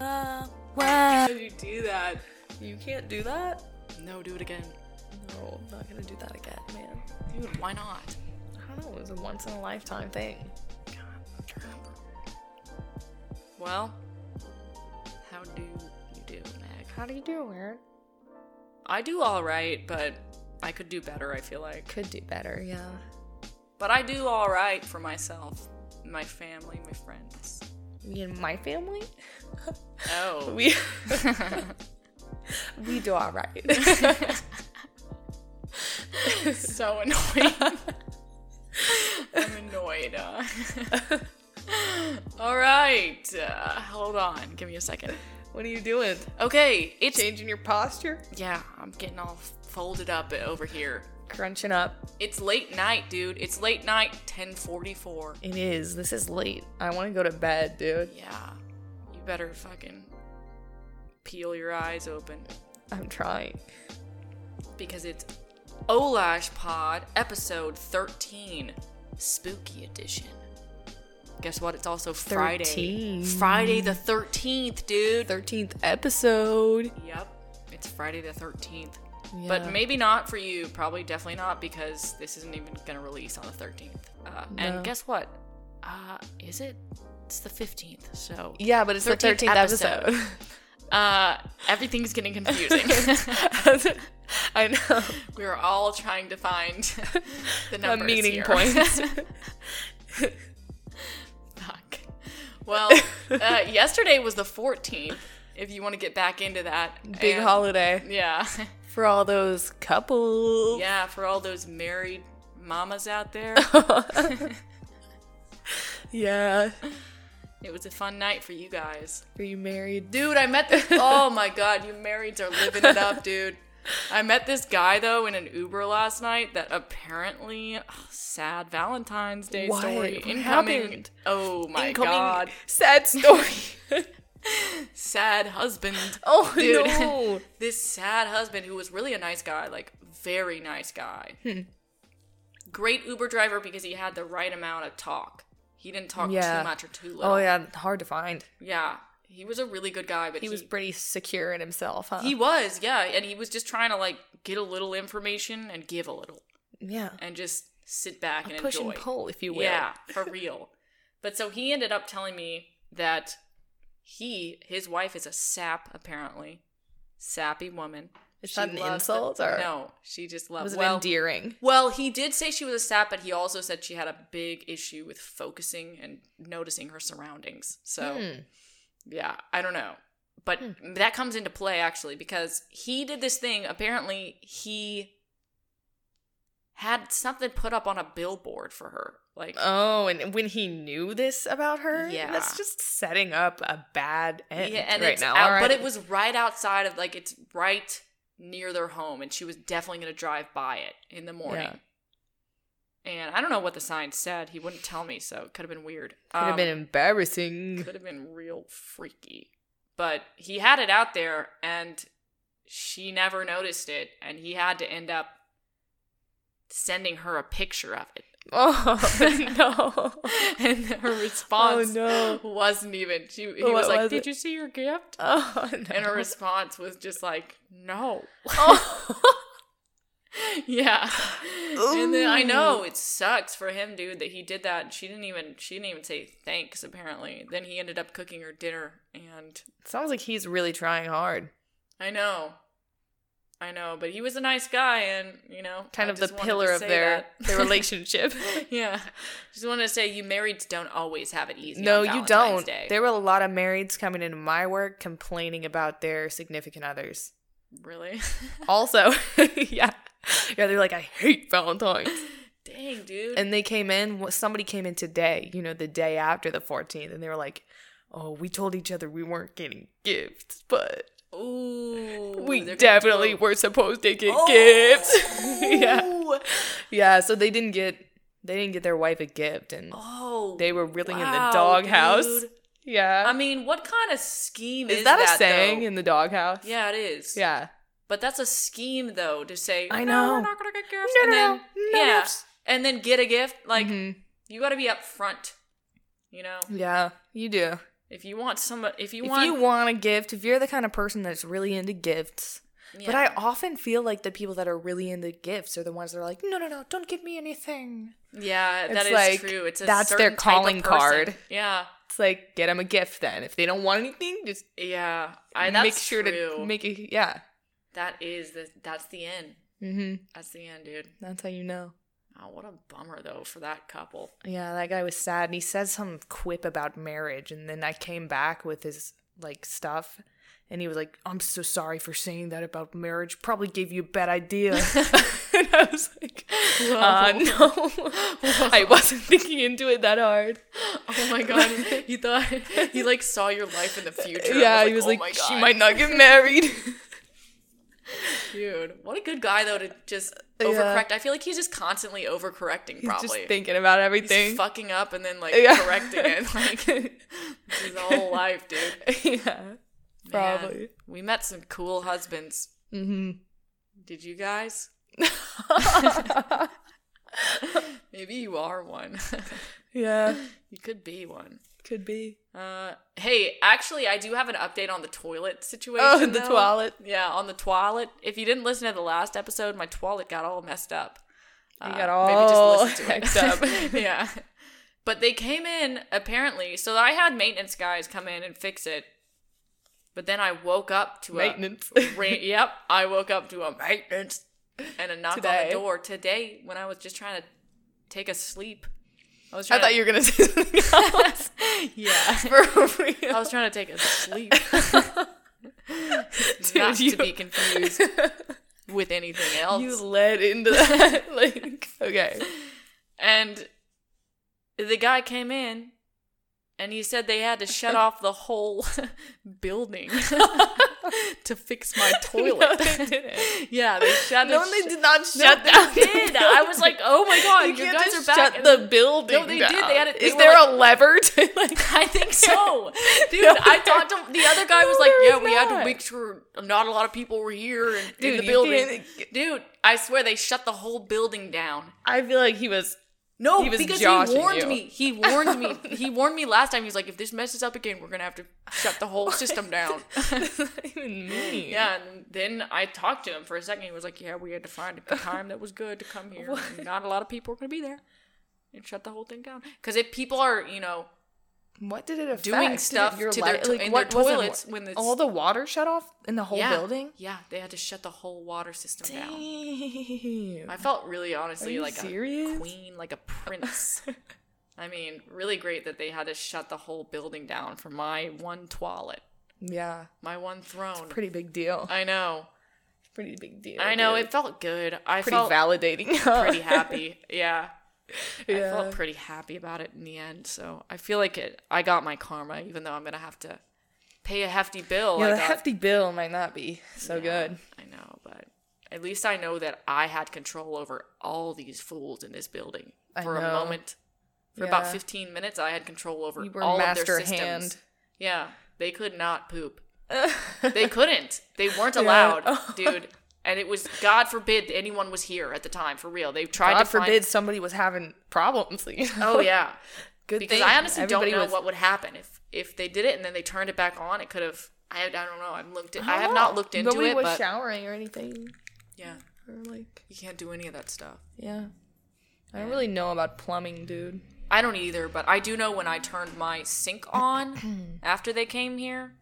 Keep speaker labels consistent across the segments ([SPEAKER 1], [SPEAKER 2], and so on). [SPEAKER 1] Uh, why did you do that? You can't do that?
[SPEAKER 2] No, do it again.
[SPEAKER 1] No, I'm not gonna do that again, man.
[SPEAKER 2] Dude, why not?
[SPEAKER 1] I don't know, it was a once in a lifetime thing.
[SPEAKER 2] Well, how do you do, Meg?
[SPEAKER 1] How do you do, Aaron?
[SPEAKER 2] I do all right, but I could do better, I feel like.
[SPEAKER 1] Could do better, yeah.
[SPEAKER 2] But I do all right for myself, my family, my friends.
[SPEAKER 1] Me and my family?
[SPEAKER 2] Oh.
[SPEAKER 1] We we do all right.
[SPEAKER 2] so annoying. I'm annoyed. uh. all right. Uh, hold on. Give me a second.
[SPEAKER 1] what are you doing?
[SPEAKER 2] Okay, it's
[SPEAKER 1] Changing your posture?
[SPEAKER 2] yeah, I'm getting all folded up over here.
[SPEAKER 1] Crunching up.
[SPEAKER 2] It's late night, dude. It's late night, 1044.
[SPEAKER 1] It is. This is late. I want to go to bed, dude.
[SPEAKER 2] Yeah. You better fucking peel your eyes open.
[SPEAKER 1] I'm trying.
[SPEAKER 2] Because it's Olash Pod, episode 13, Spooky Edition. Guess what? It's also Friday.
[SPEAKER 1] 13.
[SPEAKER 2] Friday the 13th, dude.
[SPEAKER 1] 13th episode.
[SPEAKER 2] Yep. It's Friday the 13th.
[SPEAKER 1] Yeah.
[SPEAKER 2] But maybe not for you. Probably definitely not because this isn't even going to release on the 13th. Uh,
[SPEAKER 1] No.
[SPEAKER 2] And guess what? Uh, is it? It's the 15th. So
[SPEAKER 1] Yeah, but it's
[SPEAKER 2] 13th
[SPEAKER 1] the 13th episode.
[SPEAKER 2] uh, everything's getting confusing.
[SPEAKER 1] I know.
[SPEAKER 2] we were all trying to find the
[SPEAKER 1] A
[SPEAKER 2] numbers
[SPEAKER 1] meeting
[SPEAKER 2] here.
[SPEAKER 1] point.
[SPEAKER 2] Fuck. Well, uh, yesterday was the 14th. If you want to get back into that
[SPEAKER 1] Big
[SPEAKER 2] And-
[SPEAKER 1] holiday
[SPEAKER 2] Yeah,
[SPEAKER 1] for all those couples.
[SPEAKER 2] yeah. For all those married mamas out there,
[SPEAKER 1] Yeah.
[SPEAKER 2] it was a fun night for you guys.
[SPEAKER 1] Are you married?
[SPEAKER 2] Dude, I met this. Oh my god, you marrieds are living it up, dude. I met this guy though in an Uber last night that apparently ugh, sad Valentine's Day
[SPEAKER 1] Why?
[SPEAKER 2] story
[SPEAKER 1] What
[SPEAKER 2] incoming.
[SPEAKER 1] happened?
[SPEAKER 2] Oh my
[SPEAKER 1] Incoming
[SPEAKER 2] god,
[SPEAKER 1] Sad story.
[SPEAKER 2] sad husband.
[SPEAKER 1] oh
[SPEAKER 2] Dude.
[SPEAKER 1] no.
[SPEAKER 2] This sad husband who was really a nice guy, like very nice guy.
[SPEAKER 1] Hmm.
[SPEAKER 2] Great Uber driver because he had the right amount of talk. He didn't talk
[SPEAKER 1] Yeah.
[SPEAKER 2] too much or too little.
[SPEAKER 1] Oh yeah, hard to find.
[SPEAKER 2] Yeah. He was a really good guy, but
[SPEAKER 1] He was pretty secure in himself, huh?
[SPEAKER 2] He was, yeah, and he was just trying to like get a little information and give a little,
[SPEAKER 1] yeah.
[SPEAKER 2] and just sit back and
[SPEAKER 1] Push
[SPEAKER 2] enjoy.
[SPEAKER 1] and pull, if you will.
[SPEAKER 2] yeah, for real. But so he ended up telling me that he, his wife, is a sap apparently, sappy woman.
[SPEAKER 1] Is that an
[SPEAKER 2] loves
[SPEAKER 1] insult,
[SPEAKER 2] the-
[SPEAKER 1] or-
[SPEAKER 2] no? She just loves.
[SPEAKER 1] Was it
[SPEAKER 2] well,
[SPEAKER 1] endearing?
[SPEAKER 2] well, he did say she was a sap, but he also said she had a big issue with focusing and noticing her surroundings. So
[SPEAKER 1] Hmm.
[SPEAKER 2] yeah, I don't know. But that comes into play actually because he did this thing. Apparently, he had something put up on a billboard for her. Like,
[SPEAKER 1] Oh, and when he knew this about her,
[SPEAKER 2] Yeah.
[SPEAKER 1] that's just setting up a bad end
[SPEAKER 2] yeah, and
[SPEAKER 1] right
[SPEAKER 2] it's
[SPEAKER 1] now.
[SPEAKER 2] out, Eh, but
[SPEAKER 1] already.
[SPEAKER 2] it was right outside of like it's right near their home, and she was definitely gonna drive by it in the morning. And I don't know what the sign said. He wouldn't tell me, so it could have been weird.
[SPEAKER 1] could have been embarrassing.
[SPEAKER 2] could have been real freaky. But he had it out there and she never noticed it and he had to end up sending her a picture of it.
[SPEAKER 1] Oh no!
[SPEAKER 2] and her response
[SPEAKER 1] Oh, no.
[SPEAKER 2] wasn't even she he
[SPEAKER 1] What
[SPEAKER 2] was like,
[SPEAKER 1] was
[SPEAKER 2] "Did
[SPEAKER 1] it?
[SPEAKER 2] you see your gift?"
[SPEAKER 1] Oh no!
[SPEAKER 2] And her response was just like, "No."
[SPEAKER 1] oh.
[SPEAKER 2] yeah. And then I
[SPEAKER 1] Ooh.
[SPEAKER 2] know it sucks for him, dude, that he did that. She didn't even she didn't even say thanks apparently. Then he ended up cooking her dinner and
[SPEAKER 1] Sounds like he's really trying hard.
[SPEAKER 2] I know. I know, but he was a nice guy and, you know,
[SPEAKER 1] Kind
[SPEAKER 2] I
[SPEAKER 1] of the
[SPEAKER 2] just wanted
[SPEAKER 1] pillar
[SPEAKER 2] to
[SPEAKER 1] of
[SPEAKER 2] say
[SPEAKER 1] their
[SPEAKER 2] that.
[SPEAKER 1] their relationship.
[SPEAKER 2] yeah. Just wanted to say you marrieds don't always have it easy.
[SPEAKER 1] no,
[SPEAKER 2] on
[SPEAKER 1] you
[SPEAKER 2] Valentine's
[SPEAKER 1] don't.
[SPEAKER 2] Day.
[SPEAKER 1] There were a lot of marrieds coming into my work complaining about their significant others.
[SPEAKER 2] really.
[SPEAKER 1] Also, yeah, yeah, they're like, I hate Valentine's.
[SPEAKER 2] Dang, dude.
[SPEAKER 1] and they came in wh- somebody came in today you know the day after the 14th and they were like oh we told each other we weren't getting gifts but
[SPEAKER 2] Ooh.
[SPEAKER 1] we
[SPEAKER 2] they're gonna
[SPEAKER 1] definitely
[SPEAKER 2] throw-
[SPEAKER 1] were supposed to get
[SPEAKER 2] Oh!
[SPEAKER 1] gifts yeah yeah so they didn't get they didn't get their wife a gift and
[SPEAKER 2] Oh.
[SPEAKER 1] they were really in
[SPEAKER 2] wow,
[SPEAKER 1] the doghouse
[SPEAKER 2] dude.
[SPEAKER 1] yeah
[SPEAKER 2] I mean, what kind of scheme is,
[SPEAKER 1] Um, is that, a
[SPEAKER 2] though?
[SPEAKER 1] saying in the doghouse
[SPEAKER 2] yeah, it is.
[SPEAKER 1] yeah
[SPEAKER 2] But that's a scheme, though, to say, "No,
[SPEAKER 1] I
[SPEAKER 2] we're
[SPEAKER 1] know.
[SPEAKER 2] not going to get gifts.
[SPEAKER 1] No,
[SPEAKER 2] and
[SPEAKER 1] no,
[SPEAKER 2] then,
[SPEAKER 1] no, no
[SPEAKER 2] yeah.
[SPEAKER 1] gifts.
[SPEAKER 2] And then get a gift. Like,
[SPEAKER 1] Mhm.
[SPEAKER 2] you got to be up front, you know?
[SPEAKER 1] yeah you do
[SPEAKER 2] If you want some, if you
[SPEAKER 1] if
[SPEAKER 2] want,
[SPEAKER 1] you want a gift, if you're the kind of person that's really into gifts, but I often feel like the people that are really into gifts are the ones that are like, no, no, no, don't give me anything.
[SPEAKER 2] yeah, that is
[SPEAKER 1] It's like,
[SPEAKER 2] true. It's a
[SPEAKER 1] that's their
[SPEAKER 2] certain type of
[SPEAKER 1] calling
[SPEAKER 2] person.
[SPEAKER 1] card.
[SPEAKER 2] Yeah,
[SPEAKER 1] It's like get them a gift then. If they don't want anything, just
[SPEAKER 2] yeah. I, that's
[SPEAKER 1] make sure
[SPEAKER 2] true.
[SPEAKER 1] to make it. Yeah.
[SPEAKER 2] that is the that's the end.
[SPEAKER 1] Mm-hmm.
[SPEAKER 2] That's the end, dude.
[SPEAKER 1] That's how you know.
[SPEAKER 2] Oh, what a bummer though for that couple.
[SPEAKER 1] Yeah, that guy was sad, and he says some quip about marriage, and then I came back with his like stuff, and he was like, "I'm so sorry for saying that about marriage. Probably gave you a bad idea." and I was like, uh,
[SPEAKER 2] Whoa.
[SPEAKER 1] "No, I wasn't thinking into it that hard."
[SPEAKER 2] Oh my god, you thought he like saw your life in the future.
[SPEAKER 1] yeah,
[SPEAKER 2] I
[SPEAKER 1] he was
[SPEAKER 2] "Oh
[SPEAKER 1] like,
[SPEAKER 2] my
[SPEAKER 1] "She
[SPEAKER 2] God."
[SPEAKER 1] might not get married."
[SPEAKER 2] Dude, what a good guy though to just
[SPEAKER 1] Yeah.
[SPEAKER 2] overcorrect. I feel like he's just constantly overcorrecting.
[SPEAKER 1] He's
[SPEAKER 2] Probably
[SPEAKER 1] just thinking about
[SPEAKER 2] He's
[SPEAKER 1] everything.
[SPEAKER 2] fucking up and then like
[SPEAKER 1] Yeah.
[SPEAKER 2] correcting it like his whole life, dude. Man,
[SPEAKER 1] yeah, probably.
[SPEAKER 2] we met some cool husbands.
[SPEAKER 1] Mm-hmm.
[SPEAKER 2] Did you guys? Maybe you are one.
[SPEAKER 1] yeah,
[SPEAKER 2] you could be one.
[SPEAKER 1] could be.
[SPEAKER 2] Uh, hey, actually, I do have an update on the toilet situation.
[SPEAKER 1] Oh, the
[SPEAKER 2] though.
[SPEAKER 1] toilet.
[SPEAKER 2] Yeah, on the toilet. If you didn't listen to the last episode, my toilet got all messed up. Uh,
[SPEAKER 1] You got all hacked up.
[SPEAKER 2] yeah. But they came in apparently, so I had maintenance guys come in and fix it. But then I woke up to
[SPEAKER 1] Maintenance.
[SPEAKER 2] a ra- yep, I woke up to a maintenance and a knock on
[SPEAKER 1] Today.
[SPEAKER 2] the door today when I was just trying to take a sleep. I was
[SPEAKER 1] I
[SPEAKER 2] trying
[SPEAKER 1] thought you were gonna say something else.
[SPEAKER 2] you yeah.
[SPEAKER 1] For real.
[SPEAKER 2] I was trying to take a sleep. Not
[SPEAKER 1] you-
[SPEAKER 2] to be confused with anything else.
[SPEAKER 1] You led into that. like, okay.
[SPEAKER 2] And the guy came in and he said they had to shut off the whole building to fix my
[SPEAKER 1] No,
[SPEAKER 2] toilet.
[SPEAKER 1] they didn't.
[SPEAKER 2] yeah, they shut
[SPEAKER 1] No,
[SPEAKER 2] it.
[SPEAKER 1] they did not
[SPEAKER 2] No,
[SPEAKER 1] shut
[SPEAKER 2] they
[SPEAKER 1] down. the
[SPEAKER 2] did. I was like, oh my god,
[SPEAKER 1] building.
[SPEAKER 2] you,
[SPEAKER 1] can't
[SPEAKER 2] guys
[SPEAKER 1] just
[SPEAKER 2] are back.
[SPEAKER 1] Shut
[SPEAKER 2] And
[SPEAKER 1] the building.
[SPEAKER 2] No, they did. They
[SPEAKER 1] down.
[SPEAKER 2] had it- they
[SPEAKER 1] Is
[SPEAKER 2] were
[SPEAKER 1] there
[SPEAKER 2] like-
[SPEAKER 1] a lever to like?
[SPEAKER 2] I think so, dude.
[SPEAKER 1] No,
[SPEAKER 2] I
[SPEAKER 1] there-
[SPEAKER 2] talked to the other guy was
[SPEAKER 1] No,
[SPEAKER 2] like,
[SPEAKER 1] there
[SPEAKER 2] "Yeah,
[SPEAKER 1] is
[SPEAKER 2] we had to
[SPEAKER 1] not.
[SPEAKER 2] make sure not a lot of people were here and
[SPEAKER 1] Dude,
[SPEAKER 2] in the
[SPEAKER 1] you
[SPEAKER 2] building."
[SPEAKER 1] can't-
[SPEAKER 2] Dude, I swear they shut the whole building down.
[SPEAKER 1] I feel like he was.
[SPEAKER 2] No,
[SPEAKER 1] He was
[SPEAKER 2] because he
[SPEAKER 1] joshing
[SPEAKER 2] warned
[SPEAKER 1] you.
[SPEAKER 2] me. He warned me. He warned me last time. He was like, "If this messes up again, we're gonna have to shut the whole system down."
[SPEAKER 1] That's not even mean.
[SPEAKER 2] yeah, and then I talked to him for a second. He was like, "Yeah, we had to find a time that was good to come here. and Not a lot of people are gonna be there." And shut the whole thing down because if people are, you know,
[SPEAKER 1] What did it affect?
[SPEAKER 2] Doing stuff
[SPEAKER 1] your
[SPEAKER 2] to their
[SPEAKER 1] li-
[SPEAKER 2] to- in
[SPEAKER 1] what
[SPEAKER 2] their
[SPEAKER 1] was it?
[SPEAKER 2] toilets when it's-
[SPEAKER 1] all the water shut off in the whole
[SPEAKER 2] yeah,
[SPEAKER 1] building.
[SPEAKER 2] yeah, they had to shut the whole water system down.
[SPEAKER 1] Damn.
[SPEAKER 2] I felt really honestly
[SPEAKER 1] Are you
[SPEAKER 2] like a
[SPEAKER 1] serious?
[SPEAKER 2] queen, like a prince. I mean, really great that they had to shut the whole building down for my one toilet,
[SPEAKER 1] Yeah,
[SPEAKER 2] my one throne.
[SPEAKER 1] pretty big deal.
[SPEAKER 2] I know.
[SPEAKER 1] Pretty big deal.
[SPEAKER 2] I know.
[SPEAKER 1] dude.
[SPEAKER 2] It felt good. I
[SPEAKER 1] pretty
[SPEAKER 2] felt
[SPEAKER 1] validating.
[SPEAKER 2] pretty happy. Yeah. I
[SPEAKER 1] Yeah.
[SPEAKER 2] felt pretty happy about it in the end. So I feel like it. I got my karma, even though I'm gonna have to pay a hefty bill.
[SPEAKER 1] Yeah,
[SPEAKER 2] I
[SPEAKER 1] the
[SPEAKER 2] got-
[SPEAKER 1] hefty bill might not be so
[SPEAKER 2] Yeah,
[SPEAKER 1] good.
[SPEAKER 2] I know, but at least I know that I had control over all these fools in this building
[SPEAKER 1] I
[SPEAKER 2] for a
[SPEAKER 1] know.
[SPEAKER 2] moment. For about
[SPEAKER 1] Yeah.
[SPEAKER 2] 15 minutes, I had control over
[SPEAKER 1] You were
[SPEAKER 2] all
[SPEAKER 1] master
[SPEAKER 2] of their systems.
[SPEAKER 1] hand.
[SPEAKER 2] Yeah, they could not poop. they couldn't. They weren't
[SPEAKER 1] Yeah. Oh.
[SPEAKER 2] allowed, dude. And it was God forbid anyone was here at the time. For real, they tried
[SPEAKER 1] God
[SPEAKER 2] to find-
[SPEAKER 1] forbid somebody was having problems. You know?
[SPEAKER 2] Oh yeah,
[SPEAKER 1] good
[SPEAKER 2] because
[SPEAKER 1] thing
[SPEAKER 2] I honestly
[SPEAKER 1] everybody
[SPEAKER 2] don't know
[SPEAKER 1] was-
[SPEAKER 2] what would happen if if they did it and then they turned it back on. It could have. I, I don't know. I've looked. At, I have not looked into
[SPEAKER 1] Nobody
[SPEAKER 2] it,
[SPEAKER 1] was
[SPEAKER 2] but
[SPEAKER 1] showering or anything,
[SPEAKER 2] yeah,
[SPEAKER 1] or like,
[SPEAKER 2] you can't do any of that stuff.
[SPEAKER 1] yeah. I don't really know about plumbing, dude.
[SPEAKER 2] I don't either, but I do know when I turned my sink on after they came here,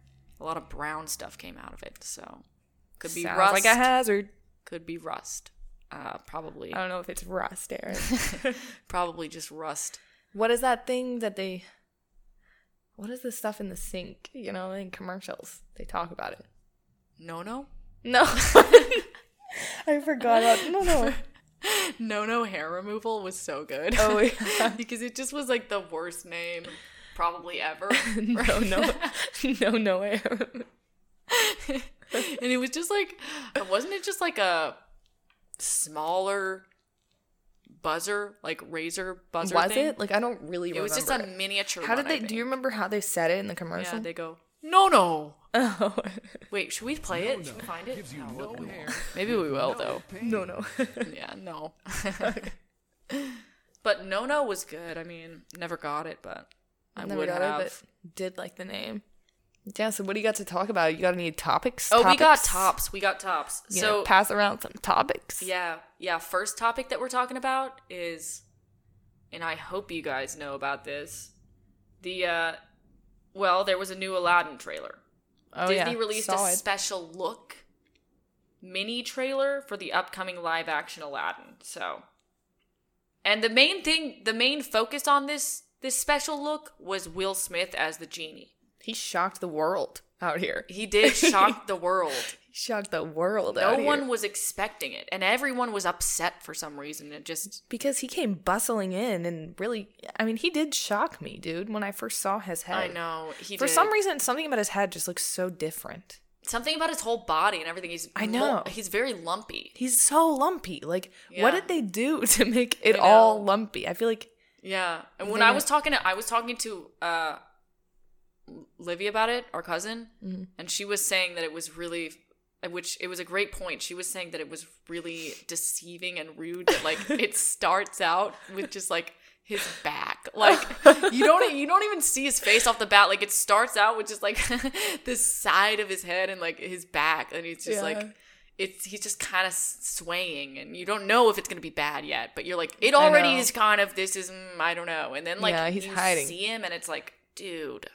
[SPEAKER 2] a lot of brown stuff came out of it. So could be
[SPEAKER 1] Sounds
[SPEAKER 2] rust.
[SPEAKER 1] like a hazard.
[SPEAKER 2] could be rust. Uh, probably,
[SPEAKER 1] I don't know if it's rust, Aaron.
[SPEAKER 2] probably just rust.
[SPEAKER 1] what is that thing that they? What is the stuff in the sink? You know, in commercials they talk about it.
[SPEAKER 2] No, no,
[SPEAKER 1] No, I forgot about. No, no.
[SPEAKER 2] no, no. Hair removal was so good.
[SPEAKER 1] Oh, yeah.
[SPEAKER 2] because it just was like the worst name probably ever.
[SPEAKER 1] no, no, no, no air.
[SPEAKER 2] and it was just like wasn't it just like a smaller buzzer like razor buzzer
[SPEAKER 1] Was
[SPEAKER 2] thing?
[SPEAKER 1] it? Like I don't really
[SPEAKER 2] it was
[SPEAKER 1] remember.
[SPEAKER 2] just a miniature
[SPEAKER 1] How
[SPEAKER 2] one,
[SPEAKER 1] did
[SPEAKER 2] I
[SPEAKER 1] they?
[SPEAKER 2] think.
[SPEAKER 1] Do you remember how they said it in the commercial?
[SPEAKER 2] yeah they go no no
[SPEAKER 1] oh
[SPEAKER 2] wait should we play it should we find it no, we won't. maybe we will though
[SPEAKER 1] no, no.
[SPEAKER 2] yeah no but no no was good i mean never got it but I
[SPEAKER 1] Never
[SPEAKER 2] would
[SPEAKER 1] got
[SPEAKER 2] have.
[SPEAKER 1] it, but did like the name. Yeah, so what do you got to talk about? You got any topics?
[SPEAKER 2] oh, we got
[SPEAKER 1] Topics?
[SPEAKER 2] tops. We got tops.
[SPEAKER 1] You
[SPEAKER 2] so
[SPEAKER 1] gonna pass around some topics.
[SPEAKER 2] yeah, yeah. First topic that we're talking about is, and I hope you guys know about this. The uh, well, there was a new Aladdin trailer.
[SPEAKER 1] oh,
[SPEAKER 2] Disney released
[SPEAKER 1] Saw
[SPEAKER 2] a
[SPEAKER 1] it.
[SPEAKER 2] special look mini trailer for the upcoming live action Aladdin. So and the main thing the main focus on this this special look was Will Smith as the genie.
[SPEAKER 1] He shocked the world out here.
[SPEAKER 2] He did shock the world.
[SPEAKER 1] He shocked the world
[SPEAKER 2] No
[SPEAKER 1] out here.
[SPEAKER 2] one was expecting it and everyone was upset for some reason. It just
[SPEAKER 1] because he came bustling in and really I mean he did shock me, dude, when I first saw his head.
[SPEAKER 2] I know he
[SPEAKER 1] For
[SPEAKER 2] did.
[SPEAKER 1] some reason something about his head just looks so different.
[SPEAKER 2] something about his whole body and everything he's
[SPEAKER 1] I know.
[SPEAKER 2] he's very lumpy.
[SPEAKER 1] He's so lumpy. Like what
[SPEAKER 2] Yeah.
[SPEAKER 1] did they do to make it
[SPEAKER 2] I
[SPEAKER 1] all
[SPEAKER 2] know.
[SPEAKER 1] lumpy? I feel like
[SPEAKER 2] Yeah. And when
[SPEAKER 1] They
[SPEAKER 2] I
[SPEAKER 1] don't-
[SPEAKER 2] was talking to I was talking to uh Livy about it, our cousin, and she was saying that it was really which it was a great point. She was saying that it was really deceiving and rude that like it starts out with just like his back. Like you don't e, you don't even see his face off the bat. Like it starts out with just like the side of his head and like his back and it's just like
[SPEAKER 1] Yeah.
[SPEAKER 2] it's he's just kind of swaying and you don't know if it's going to be bad yet but you're like it
[SPEAKER 1] I
[SPEAKER 2] already
[SPEAKER 1] know.
[SPEAKER 2] is kind of this is mm, i don't know and then like
[SPEAKER 1] Yeah, he's
[SPEAKER 2] you
[SPEAKER 1] hiding.
[SPEAKER 2] see him and it's like dude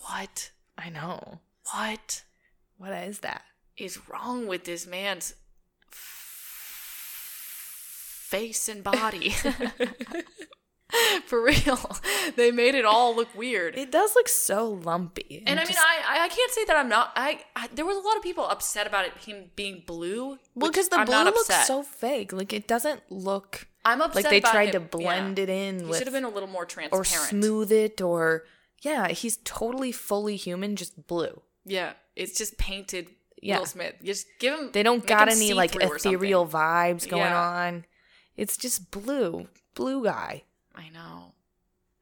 [SPEAKER 2] what
[SPEAKER 1] I know.
[SPEAKER 2] what
[SPEAKER 1] What is that?
[SPEAKER 2] is wrong with this man's f- face and body for real they made it all look weird
[SPEAKER 1] It does look so lumpy.
[SPEAKER 2] and I mean,
[SPEAKER 1] just-
[SPEAKER 2] I I can't say that I'm not. I, I there was a lot of people upset about it, him being blue.
[SPEAKER 1] well,
[SPEAKER 2] which
[SPEAKER 1] because the
[SPEAKER 2] I'm
[SPEAKER 1] blue
[SPEAKER 2] not
[SPEAKER 1] looks
[SPEAKER 2] upset.
[SPEAKER 1] so fake. Like it doesn't look
[SPEAKER 2] I'm upset.
[SPEAKER 1] like they
[SPEAKER 2] about
[SPEAKER 1] tried
[SPEAKER 2] him.
[SPEAKER 1] to blend
[SPEAKER 2] yeah.
[SPEAKER 1] it in
[SPEAKER 2] He
[SPEAKER 1] with
[SPEAKER 2] should have been a little more
[SPEAKER 1] or
[SPEAKER 2] transparent.
[SPEAKER 1] smooth it or yeah, he's totally fully human, just blue.
[SPEAKER 2] Yeah, it's just painted.
[SPEAKER 1] Yeah.
[SPEAKER 2] Will Smith. You just give him.
[SPEAKER 1] They don't
[SPEAKER 2] make
[SPEAKER 1] got
[SPEAKER 2] him
[SPEAKER 1] any like
[SPEAKER 2] see-through or
[SPEAKER 1] ethereal vibes going
[SPEAKER 2] Yeah.
[SPEAKER 1] on. It's just blue, blue guy.
[SPEAKER 2] something. I know.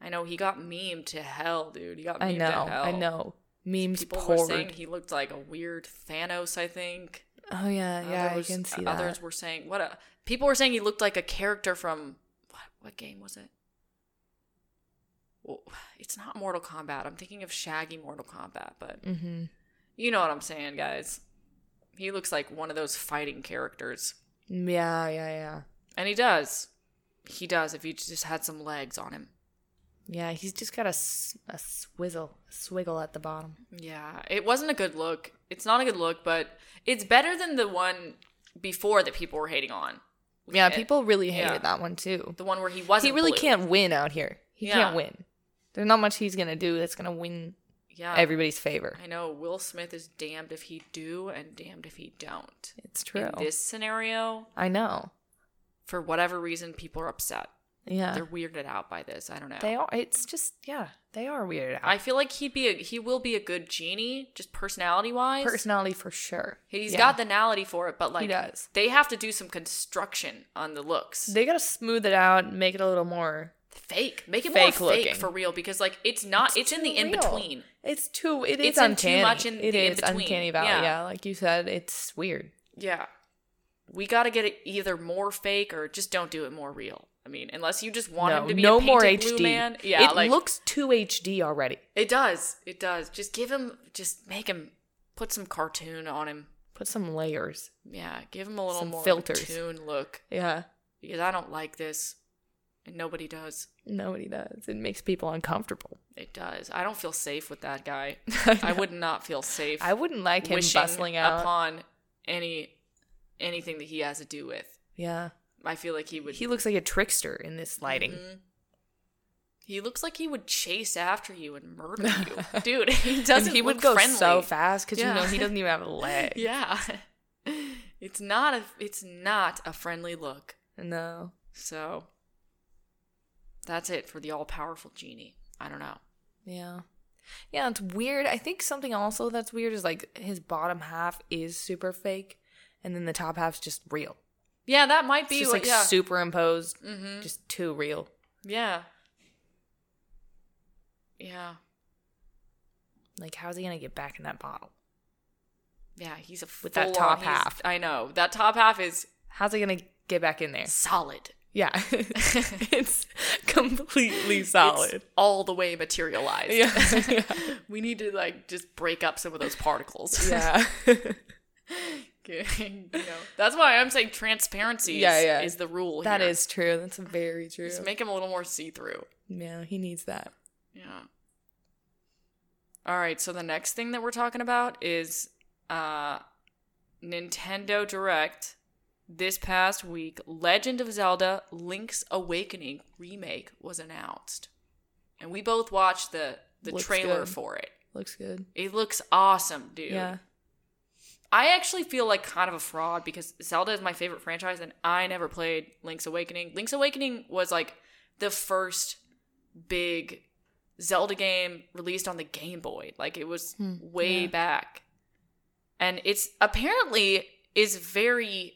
[SPEAKER 2] I know. He got memed to hell, dude. He got. Memed
[SPEAKER 1] I know,
[SPEAKER 2] To hell.
[SPEAKER 1] I know. Memes
[SPEAKER 2] People were
[SPEAKER 1] poured.
[SPEAKER 2] saying he looked like a weird Thanos. I think.
[SPEAKER 1] oh yeah, yeah,
[SPEAKER 2] Others-
[SPEAKER 1] I can see that.
[SPEAKER 2] Others were saying what? A, people were saying he looked like a character from what? What game was it? Well, it's not Mortal Kombat. I'm thinking of Shaggy Mortal Kombat, but
[SPEAKER 1] hmm
[SPEAKER 2] you know what I'm saying, guys. He looks like one of those fighting characters.
[SPEAKER 1] Yeah, yeah, yeah,
[SPEAKER 2] And he does. He does if he just had some legs on him.
[SPEAKER 1] yeah. He's just got a, s- a swizzle, a swiggle at the bottom.
[SPEAKER 2] Yeah, it wasn't a good look. It's not a good look, but it's better than the one before that people were hating on.
[SPEAKER 1] Yeah,
[SPEAKER 2] It-
[SPEAKER 1] people really hated
[SPEAKER 2] yeah.
[SPEAKER 1] that one too.
[SPEAKER 2] The one where he wasn't.
[SPEAKER 1] He really
[SPEAKER 2] blue.
[SPEAKER 1] can't win out here. He
[SPEAKER 2] Yeah.
[SPEAKER 1] can't win. There's not much he's gonna do that's gonna win
[SPEAKER 2] Yeah.
[SPEAKER 1] everybody's favor.
[SPEAKER 2] I know Will Smith is damned if he do and damned if he don't.
[SPEAKER 1] It's true.
[SPEAKER 2] In this scenario,
[SPEAKER 1] I know.
[SPEAKER 2] for whatever reason, people are upset.
[SPEAKER 1] Yeah.
[SPEAKER 2] They're weirded out by this. I don't know.
[SPEAKER 1] They are. It's just yeah. They are weird.
[SPEAKER 2] I feel like he'd be a, he will be a good genie, just personality wise.
[SPEAKER 1] personality for sure.
[SPEAKER 2] He's
[SPEAKER 1] Yeah.
[SPEAKER 2] got the nality for it, but like
[SPEAKER 1] does.
[SPEAKER 2] they have to do some construction on the looks.
[SPEAKER 1] They gotta smooth it out, and make it a little more.
[SPEAKER 2] fake. Make it
[SPEAKER 1] Fake
[SPEAKER 2] more fake
[SPEAKER 1] looking.
[SPEAKER 2] for real because like it's not it's, in the
[SPEAKER 1] too
[SPEAKER 2] in
[SPEAKER 1] real.
[SPEAKER 2] between.
[SPEAKER 1] It's too. It is
[SPEAKER 2] It's in too
[SPEAKER 1] uncanny.
[SPEAKER 2] much in
[SPEAKER 1] It
[SPEAKER 2] the
[SPEAKER 1] is
[SPEAKER 2] in-between.
[SPEAKER 1] uncanny valley.
[SPEAKER 2] Yeah.
[SPEAKER 1] Yeah. like you said, it's weird.
[SPEAKER 2] Yeah. We got to get it either more fake or just don't do it more real. I mean, unless you just want him
[SPEAKER 1] No,
[SPEAKER 2] to be
[SPEAKER 1] no
[SPEAKER 2] a
[SPEAKER 1] more
[SPEAKER 2] painted blue
[SPEAKER 1] HD.
[SPEAKER 2] man. Yeah,
[SPEAKER 1] it
[SPEAKER 2] like
[SPEAKER 1] looks too HD already.
[SPEAKER 2] it does. It does. Just give him just make him put some cartoon on him.
[SPEAKER 1] Put some layers.
[SPEAKER 2] Yeah, give him a little
[SPEAKER 1] Some
[SPEAKER 2] more
[SPEAKER 1] filters.
[SPEAKER 2] cartoon look
[SPEAKER 1] Yeah,
[SPEAKER 2] because I don't like this and nobody does.
[SPEAKER 1] nobody does. It makes people uncomfortable.
[SPEAKER 2] It does. I don't feel safe with that guy.
[SPEAKER 1] I,
[SPEAKER 2] I
[SPEAKER 1] know.
[SPEAKER 2] would not feel safe.
[SPEAKER 1] I wouldn't like him
[SPEAKER 2] wishing
[SPEAKER 1] bustling out.
[SPEAKER 2] upon any anything that he has to do with.
[SPEAKER 1] yeah,
[SPEAKER 2] I feel like he would.
[SPEAKER 1] he looks like a trickster in this lighting.
[SPEAKER 2] Mhm. He looks like he would chase after you and murder you, dude. He doesn't.
[SPEAKER 1] and he would
[SPEAKER 2] look
[SPEAKER 1] go
[SPEAKER 2] friendly.
[SPEAKER 1] so fast because
[SPEAKER 2] Yeah.
[SPEAKER 1] you know he doesn't even have a leg.
[SPEAKER 2] Yeah, it's not a it's not a friendly look.
[SPEAKER 1] No.
[SPEAKER 2] So that's it for the all powerful genie. I don't know.
[SPEAKER 1] Yeah. Yeah, it's weird. I think something also that's weird is like his bottom half is super fake and then the top half's just real.
[SPEAKER 2] Yeah, that might
[SPEAKER 1] It's
[SPEAKER 2] be.
[SPEAKER 1] just
[SPEAKER 2] what-
[SPEAKER 1] like
[SPEAKER 2] yeah.
[SPEAKER 1] superimposed,
[SPEAKER 2] hmm
[SPEAKER 1] just too real.
[SPEAKER 2] Yeah. Yeah.
[SPEAKER 1] Like how's he going to get back in that bottle?
[SPEAKER 2] Yeah. He's a
[SPEAKER 1] With that
[SPEAKER 2] full-on-
[SPEAKER 1] top
[SPEAKER 2] he's-
[SPEAKER 1] half.
[SPEAKER 2] I know that top half is
[SPEAKER 1] How's he going to get back in there?
[SPEAKER 2] solid.
[SPEAKER 1] Yeah. it's completely solid.
[SPEAKER 2] It's all the way materialized.
[SPEAKER 1] Yeah, yeah.
[SPEAKER 2] we need to like just break up some of those particles.
[SPEAKER 1] yeah.
[SPEAKER 2] you know, that's why I'm saying transparency is,
[SPEAKER 1] Yeah, yeah.
[SPEAKER 2] is the rule.
[SPEAKER 1] that
[SPEAKER 2] here.
[SPEAKER 1] is true. That's very true.
[SPEAKER 2] just make him a little more see through.
[SPEAKER 1] yeah, he needs that.
[SPEAKER 2] Yeah. All right. So the next thing that we're talking about is uh, Nintendo Direct this past week. Legend of Zelda: Link's Awakening remake was announced, and we both watched the the
[SPEAKER 1] Looks
[SPEAKER 2] trailer
[SPEAKER 1] good.
[SPEAKER 2] for it.
[SPEAKER 1] Looks good.
[SPEAKER 2] It looks awesome, dude.
[SPEAKER 1] Yeah.
[SPEAKER 2] I actually feel like kind of a fraud because Zelda is my favorite franchise and I never played Link's Awakening. Link's Awakening was like the first big Zelda game released on the Game Boy. Like it was
[SPEAKER 1] Hmm,
[SPEAKER 2] way
[SPEAKER 1] yeah.
[SPEAKER 2] back. And it's apparently is very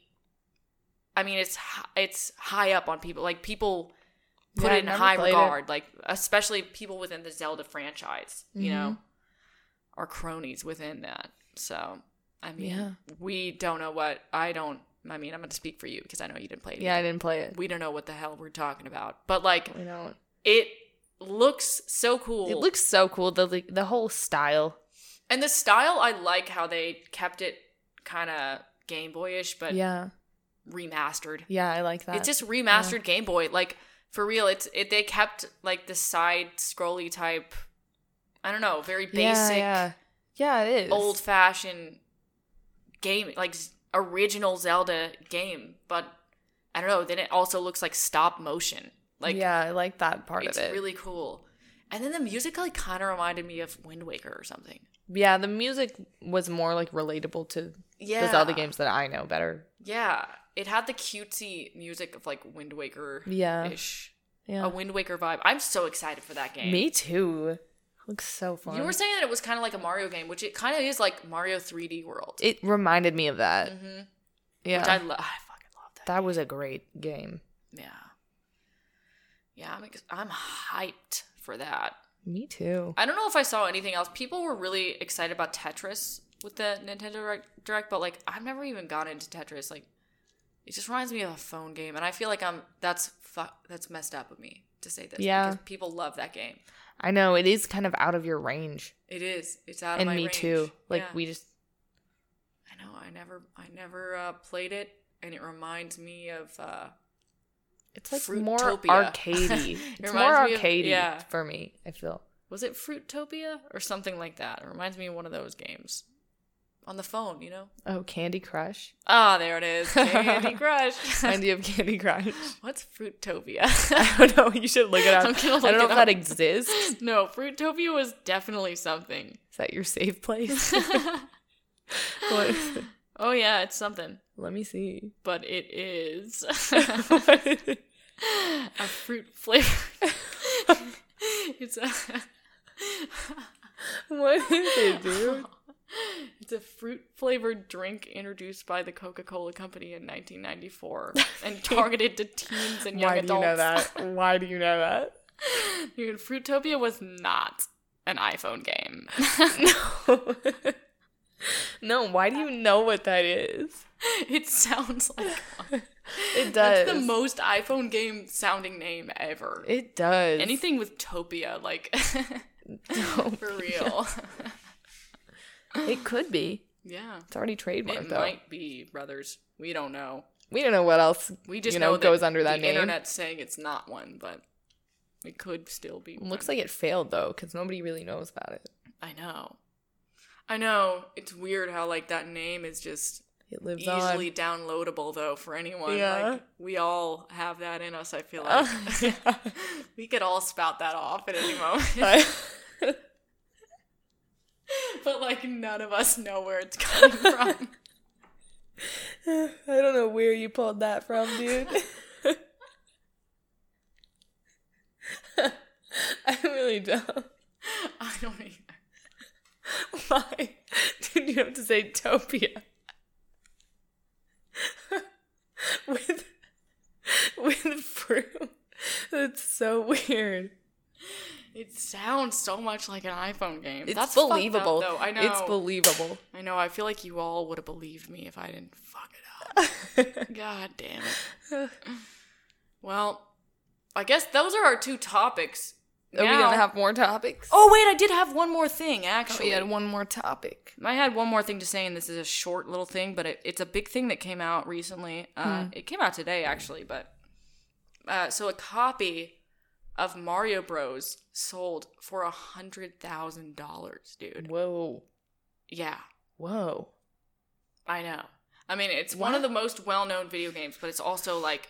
[SPEAKER 2] I mean it's hi- it's high up on people. Like people put
[SPEAKER 1] Yeah,
[SPEAKER 2] it in
[SPEAKER 1] I've never
[SPEAKER 2] high
[SPEAKER 1] played it.
[SPEAKER 2] regard, like especially people within the Zelda franchise, you know, our cronies within that. So, I mean,
[SPEAKER 1] Mm-hmm. Yeah.
[SPEAKER 2] we don't know what I don't. I mean, I'm going to speak for you because I know you didn't play it.
[SPEAKER 1] Yeah, I didn't play it.
[SPEAKER 2] we don't know what the hell we're talking about, but like
[SPEAKER 1] We don't.
[SPEAKER 2] it looks so cool.
[SPEAKER 1] It looks so cool. The like, the whole style.
[SPEAKER 2] and the style I like how they kept it kind of Game Boy-ish, but
[SPEAKER 1] yeah.
[SPEAKER 2] remastered.
[SPEAKER 1] Yeah, I like that.
[SPEAKER 2] It's just remastered Game Boy. Like for real, it's it. They kept like the side scrolly type. I don't know, very basic,
[SPEAKER 1] yeah, yeah. Yeah, it is.
[SPEAKER 2] old fashioned game, like s- original Zelda game. But I don't know. Then it also looks like stop motion. Like
[SPEAKER 1] yeah, I like that part
[SPEAKER 2] it's
[SPEAKER 1] of it.
[SPEAKER 2] really cool. And then the music like kind of reminded me of Wind Waker or something.
[SPEAKER 1] yeah, the music was more like relatable to
[SPEAKER 2] Yeah,
[SPEAKER 1] the Zelda games that I know better.
[SPEAKER 2] Yeah, it had the cutesy music of like Wind Waker
[SPEAKER 1] Yeah,
[SPEAKER 2] ish,
[SPEAKER 1] yeah.
[SPEAKER 2] a Wind Waker vibe. I'm so excited for that game.
[SPEAKER 1] Oh, Me too. Looks so fun.
[SPEAKER 2] You were saying that it was kind of like a Mario game, which it kind of is like Mario 3D World.
[SPEAKER 1] it reminded me of that.
[SPEAKER 2] hmm
[SPEAKER 1] Yeah,
[SPEAKER 2] Which I, lo- I fucking love that.
[SPEAKER 1] that was a great game.
[SPEAKER 2] Yeah. Yeah, I'm, ex- I'm hyped for that.
[SPEAKER 1] Me too.
[SPEAKER 2] I don't know if I saw anything else. People were really excited about Tetris with the Nintendo Direct- Direct, but like I've never even gotten into Tetris. Like it just reminds me of a phone game, and I feel like I'm that's fu- that's messed up of me to say this.
[SPEAKER 1] Yeah.
[SPEAKER 2] because people love that game.
[SPEAKER 1] I know it is kind of out of your range,
[SPEAKER 2] It is. It's out of
[SPEAKER 1] and
[SPEAKER 2] my
[SPEAKER 1] me
[SPEAKER 2] range.
[SPEAKER 1] too. Like
[SPEAKER 2] Yeah.
[SPEAKER 1] we just
[SPEAKER 2] I know. I never. I never uh, played it, and it reminds me of. Uh,
[SPEAKER 1] It's like
[SPEAKER 2] Fruitopia.
[SPEAKER 1] more arcadey.
[SPEAKER 2] It
[SPEAKER 1] it's more
[SPEAKER 2] reminds me of-
[SPEAKER 1] arcadey
[SPEAKER 2] yeah.
[SPEAKER 1] for me. I feel.
[SPEAKER 2] was it Fruitopia or something like that? It reminds me of one of those games on the phone. You know.
[SPEAKER 1] Oh, Candy Crush.
[SPEAKER 2] Ah, there it is. Candy Crush.
[SPEAKER 1] Remind you of Candy Crush.
[SPEAKER 2] What's Fruitopia?
[SPEAKER 1] I don't know. You should look it up.
[SPEAKER 2] I'm gonna
[SPEAKER 1] I
[SPEAKER 2] look
[SPEAKER 1] don't know
[SPEAKER 2] it
[SPEAKER 1] if
[SPEAKER 2] up.
[SPEAKER 1] that exists. Is
[SPEAKER 2] no, Fruitopia was definitely something.
[SPEAKER 1] that your safe place? What is it?
[SPEAKER 2] oh yeah, it's something,
[SPEAKER 1] Let me see.
[SPEAKER 2] but it is
[SPEAKER 1] What is it?
[SPEAKER 2] a fruit flavor. it's a
[SPEAKER 1] What is it, dude?
[SPEAKER 2] It's a fruit flavored drink introduced by the Coca Cola Company in 1994 and targeted to teens and young
[SPEAKER 1] Why do you
[SPEAKER 2] adults.
[SPEAKER 1] know that? Why do you know that?
[SPEAKER 2] Dude, Fruitopia was not an iPhone game.
[SPEAKER 1] No. no. Why do you know what that is?
[SPEAKER 2] it sounds like
[SPEAKER 1] It does.
[SPEAKER 2] that's the most iPhone game sounding name ever.
[SPEAKER 1] it does.
[SPEAKER 2] Anything with Topia, like for real.
[SPEAKER 1] It could be.
[SPEAKER 2] yeah.
[SPEAKER 1] It's already trademarked
[SPEAKER 2] It
[SPEAKER 1] though.
[SPEAKER 2] might be, brothers. We don't know.
[SPEAKER 1] We don't know what else
[SPEAKER 2] We just
[SPEAKER 1] you know,
[SPEAKER 2] know that
[SPEAKER 1] goes under that
[SPEAKER 2] the
[SPEAKER 1] name.
[SPEAKER 2] internet's saying it's not one, but it could still be. one.
[SPEAKER 1] Looks like it failed though, because nobody really knows about it.
[SPEAKER 2] I know. I know. It's weird how like that name is just
[SPEAKER 1] It lives
[SPEAKER 2] easily downloadable though for anyone.
[SPEAKER 1] Yeah. Uh.
[SPEAKER 2] Like we all have that in us, I feel
[SPEAKER 1] on.
[SPEAKER 2] like. we could all spout that off at any moment.
[SPEAKER 1] I-
[SPEAKER 2] but like none of us know where it's coming from.
[SPEAKER 1] I don't know where you pulled that from, dude. I really don't.
[SPEAKER 2] I don't e- either.
[SPEAKER 1] Why did you have to say Topia? with with fruit. That's so weird.
[SPEAKER 2] It sounds so much like an iPhone game.
[SPEAKER 1] It's
[SPEAKER 2] That's fucked up,
[SPEAKER 1] believable.
[SPEAKER 2] though. I know.
[SPEAKER 1] It's believable.
[SPEAKER 2] I know. I feel like you all would have believed me if I didn't fuck it up. God damn it. Well, I guess those are our two topics.
[SPEAKER 1] Are we
[SPEAKER 2] Now-
[SPEAKER 1] gonna have more topics?
[SPEAKER 2] Oh wait, I did have one more thing
[SPEAKER 1] Oh,
[SPEAKER 2] actually.
[SPEAKER 1] we had one more topic.
[SPEAKER 2] I had one more thing to say, and this is a short little thing, but it, it's a big thing that came out recently. Uh,
[SPEAKER 1] Hmm.
[SPEAKER 2] It came out today, actually, but uh, so a copy of Mario Bros. sold for a hundred thousand dollars, dude.
[SPEAKER 1] Whoa,
[SPEAKER 2] Yeah,
[SPEAKER 1] whoa.
[SPEAKER 2] I know. I mean, it's one of the most well-known video games, but it's also like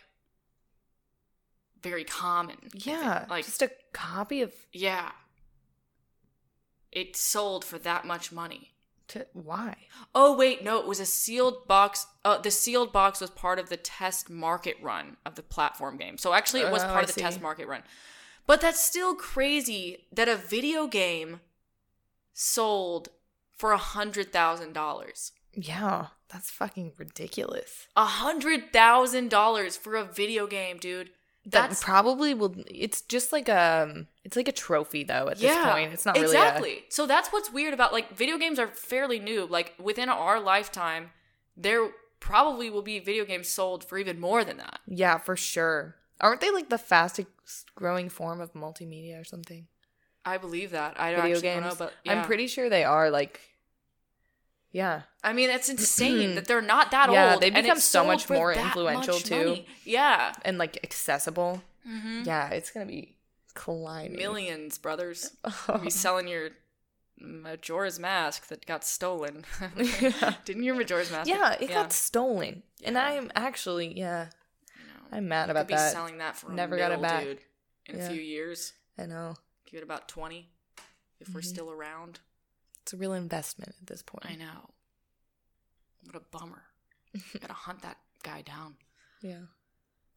[SPEAKER 2] very common. I think.
[SPEAKER 1] Yeah,
[SPEAKER 2] like
[SPEAKER 1] just a copy of
[SPEAKER 2] yeah, it sold for that much money.
[SPEAKER 1] t- why?
[SPEAKER 2] Oh wait, no, it was a sealed box. Uh, the sealed box was part of the test market run of the platform game. So actually, it was
[SPEAKER 1] Oh,
[SPEAKER 2] part
[SPEAKER 1] I
[SPEAKER 2] of the test
[SPEAKER 1] see.
[SPEAKER 2] market run. But that's still crazy that a video game sold for a hundred thousand dollars.
[SPEAKER 1] Yeah, that's fucking ridiculous.
[SPEAKER 2] A hundred thousand dollars for a video game, dude. That's
[SPEAKER 1] that probably will. It's just like a. It's like a trophy though. At this point, it's not really
[SPEAKER 2] exactly. So that's what's weird about like video games are fairly new. Like within our lifetime, there probably will be video games sold for even more than that.
[SPEAKER 1] A, yeah, for sure. Aren't they like the fastest growing form of multimedia or something?
[SPEAKER 2] I believe that. I don't
[SPEAKER 1] Video
[SPEAKER 2] actually
[SPEAKER 1] games.
[SPEAKER 2] don't know, but
[SPEAKER 1] I'm
[SPEAKER 2] yeah.
[SPEAKER 1] pretty sure they are. Like, yeah,
[SPEAKER 2] I mean, it's insane that they're not that
[SPEAKER 1] Yeah,
[SPEAKER 2] old.
[SPEAKER 1] they
[SPEAKER 2] and
[SPEAKER 1] become
[SPEAKER 2] it's
[SPEAKER 1] so
[SPEAKER 2] sold
[SPEAKER 1] much
[SPEAKER 2] for
[SPEAKER 1] more
[SPEAKER 2] that
[SPEAKER 1] influential,
[SPEAKER 2] much
[SPEAKER 1] too. Mm-hmm.
[SPEAKER 2] money. Yeah,
[SPEAKER 1] and like accessible.
[SPEAKER 2] Mhm.
[SPEAKER 1] Yeah, it's gonna be climbing.
[SPEAKER 2] millions, brothers. You'll be selling your Majora's Mask that got stolen. Didn't your Majora's Mask?
[SPEAKER 1] yeah,
[SPEAKER 2] get-
[SPEAKER 1] it got stolen, and I am actually yeah,
[SPEAKER 2] I know.
[SPEAKER 1] I'm mad
[SPEAKER 2] Could
[SPEAKER 1] about
[SPEAKER 2] be
[SPEAKER 1] that.
[SPEAKER 2] selling that for
[SPEAKER 1] Never
[SPEAKER 2] a
[SPEAKER 1] got it
[SPEAKER 2] mill,
[SPEAKER 1] back.
[SPEAKER 2] dude. In a
[SPEAKER 1] Yeah.
[SPEAKER 2] few years,
[SPEAKER 1] I know
[SPEAKER 2] give it about twenty, if we're
[SPEAKER 1] Mhm.
[SPEAKER 2] still around.
[SPEAKER 1] it's a real investment at this point.
[SPEAKER 2] I know. What a bummer. Gotta hunt that guy down.
[SPEAKER 1] Yeah.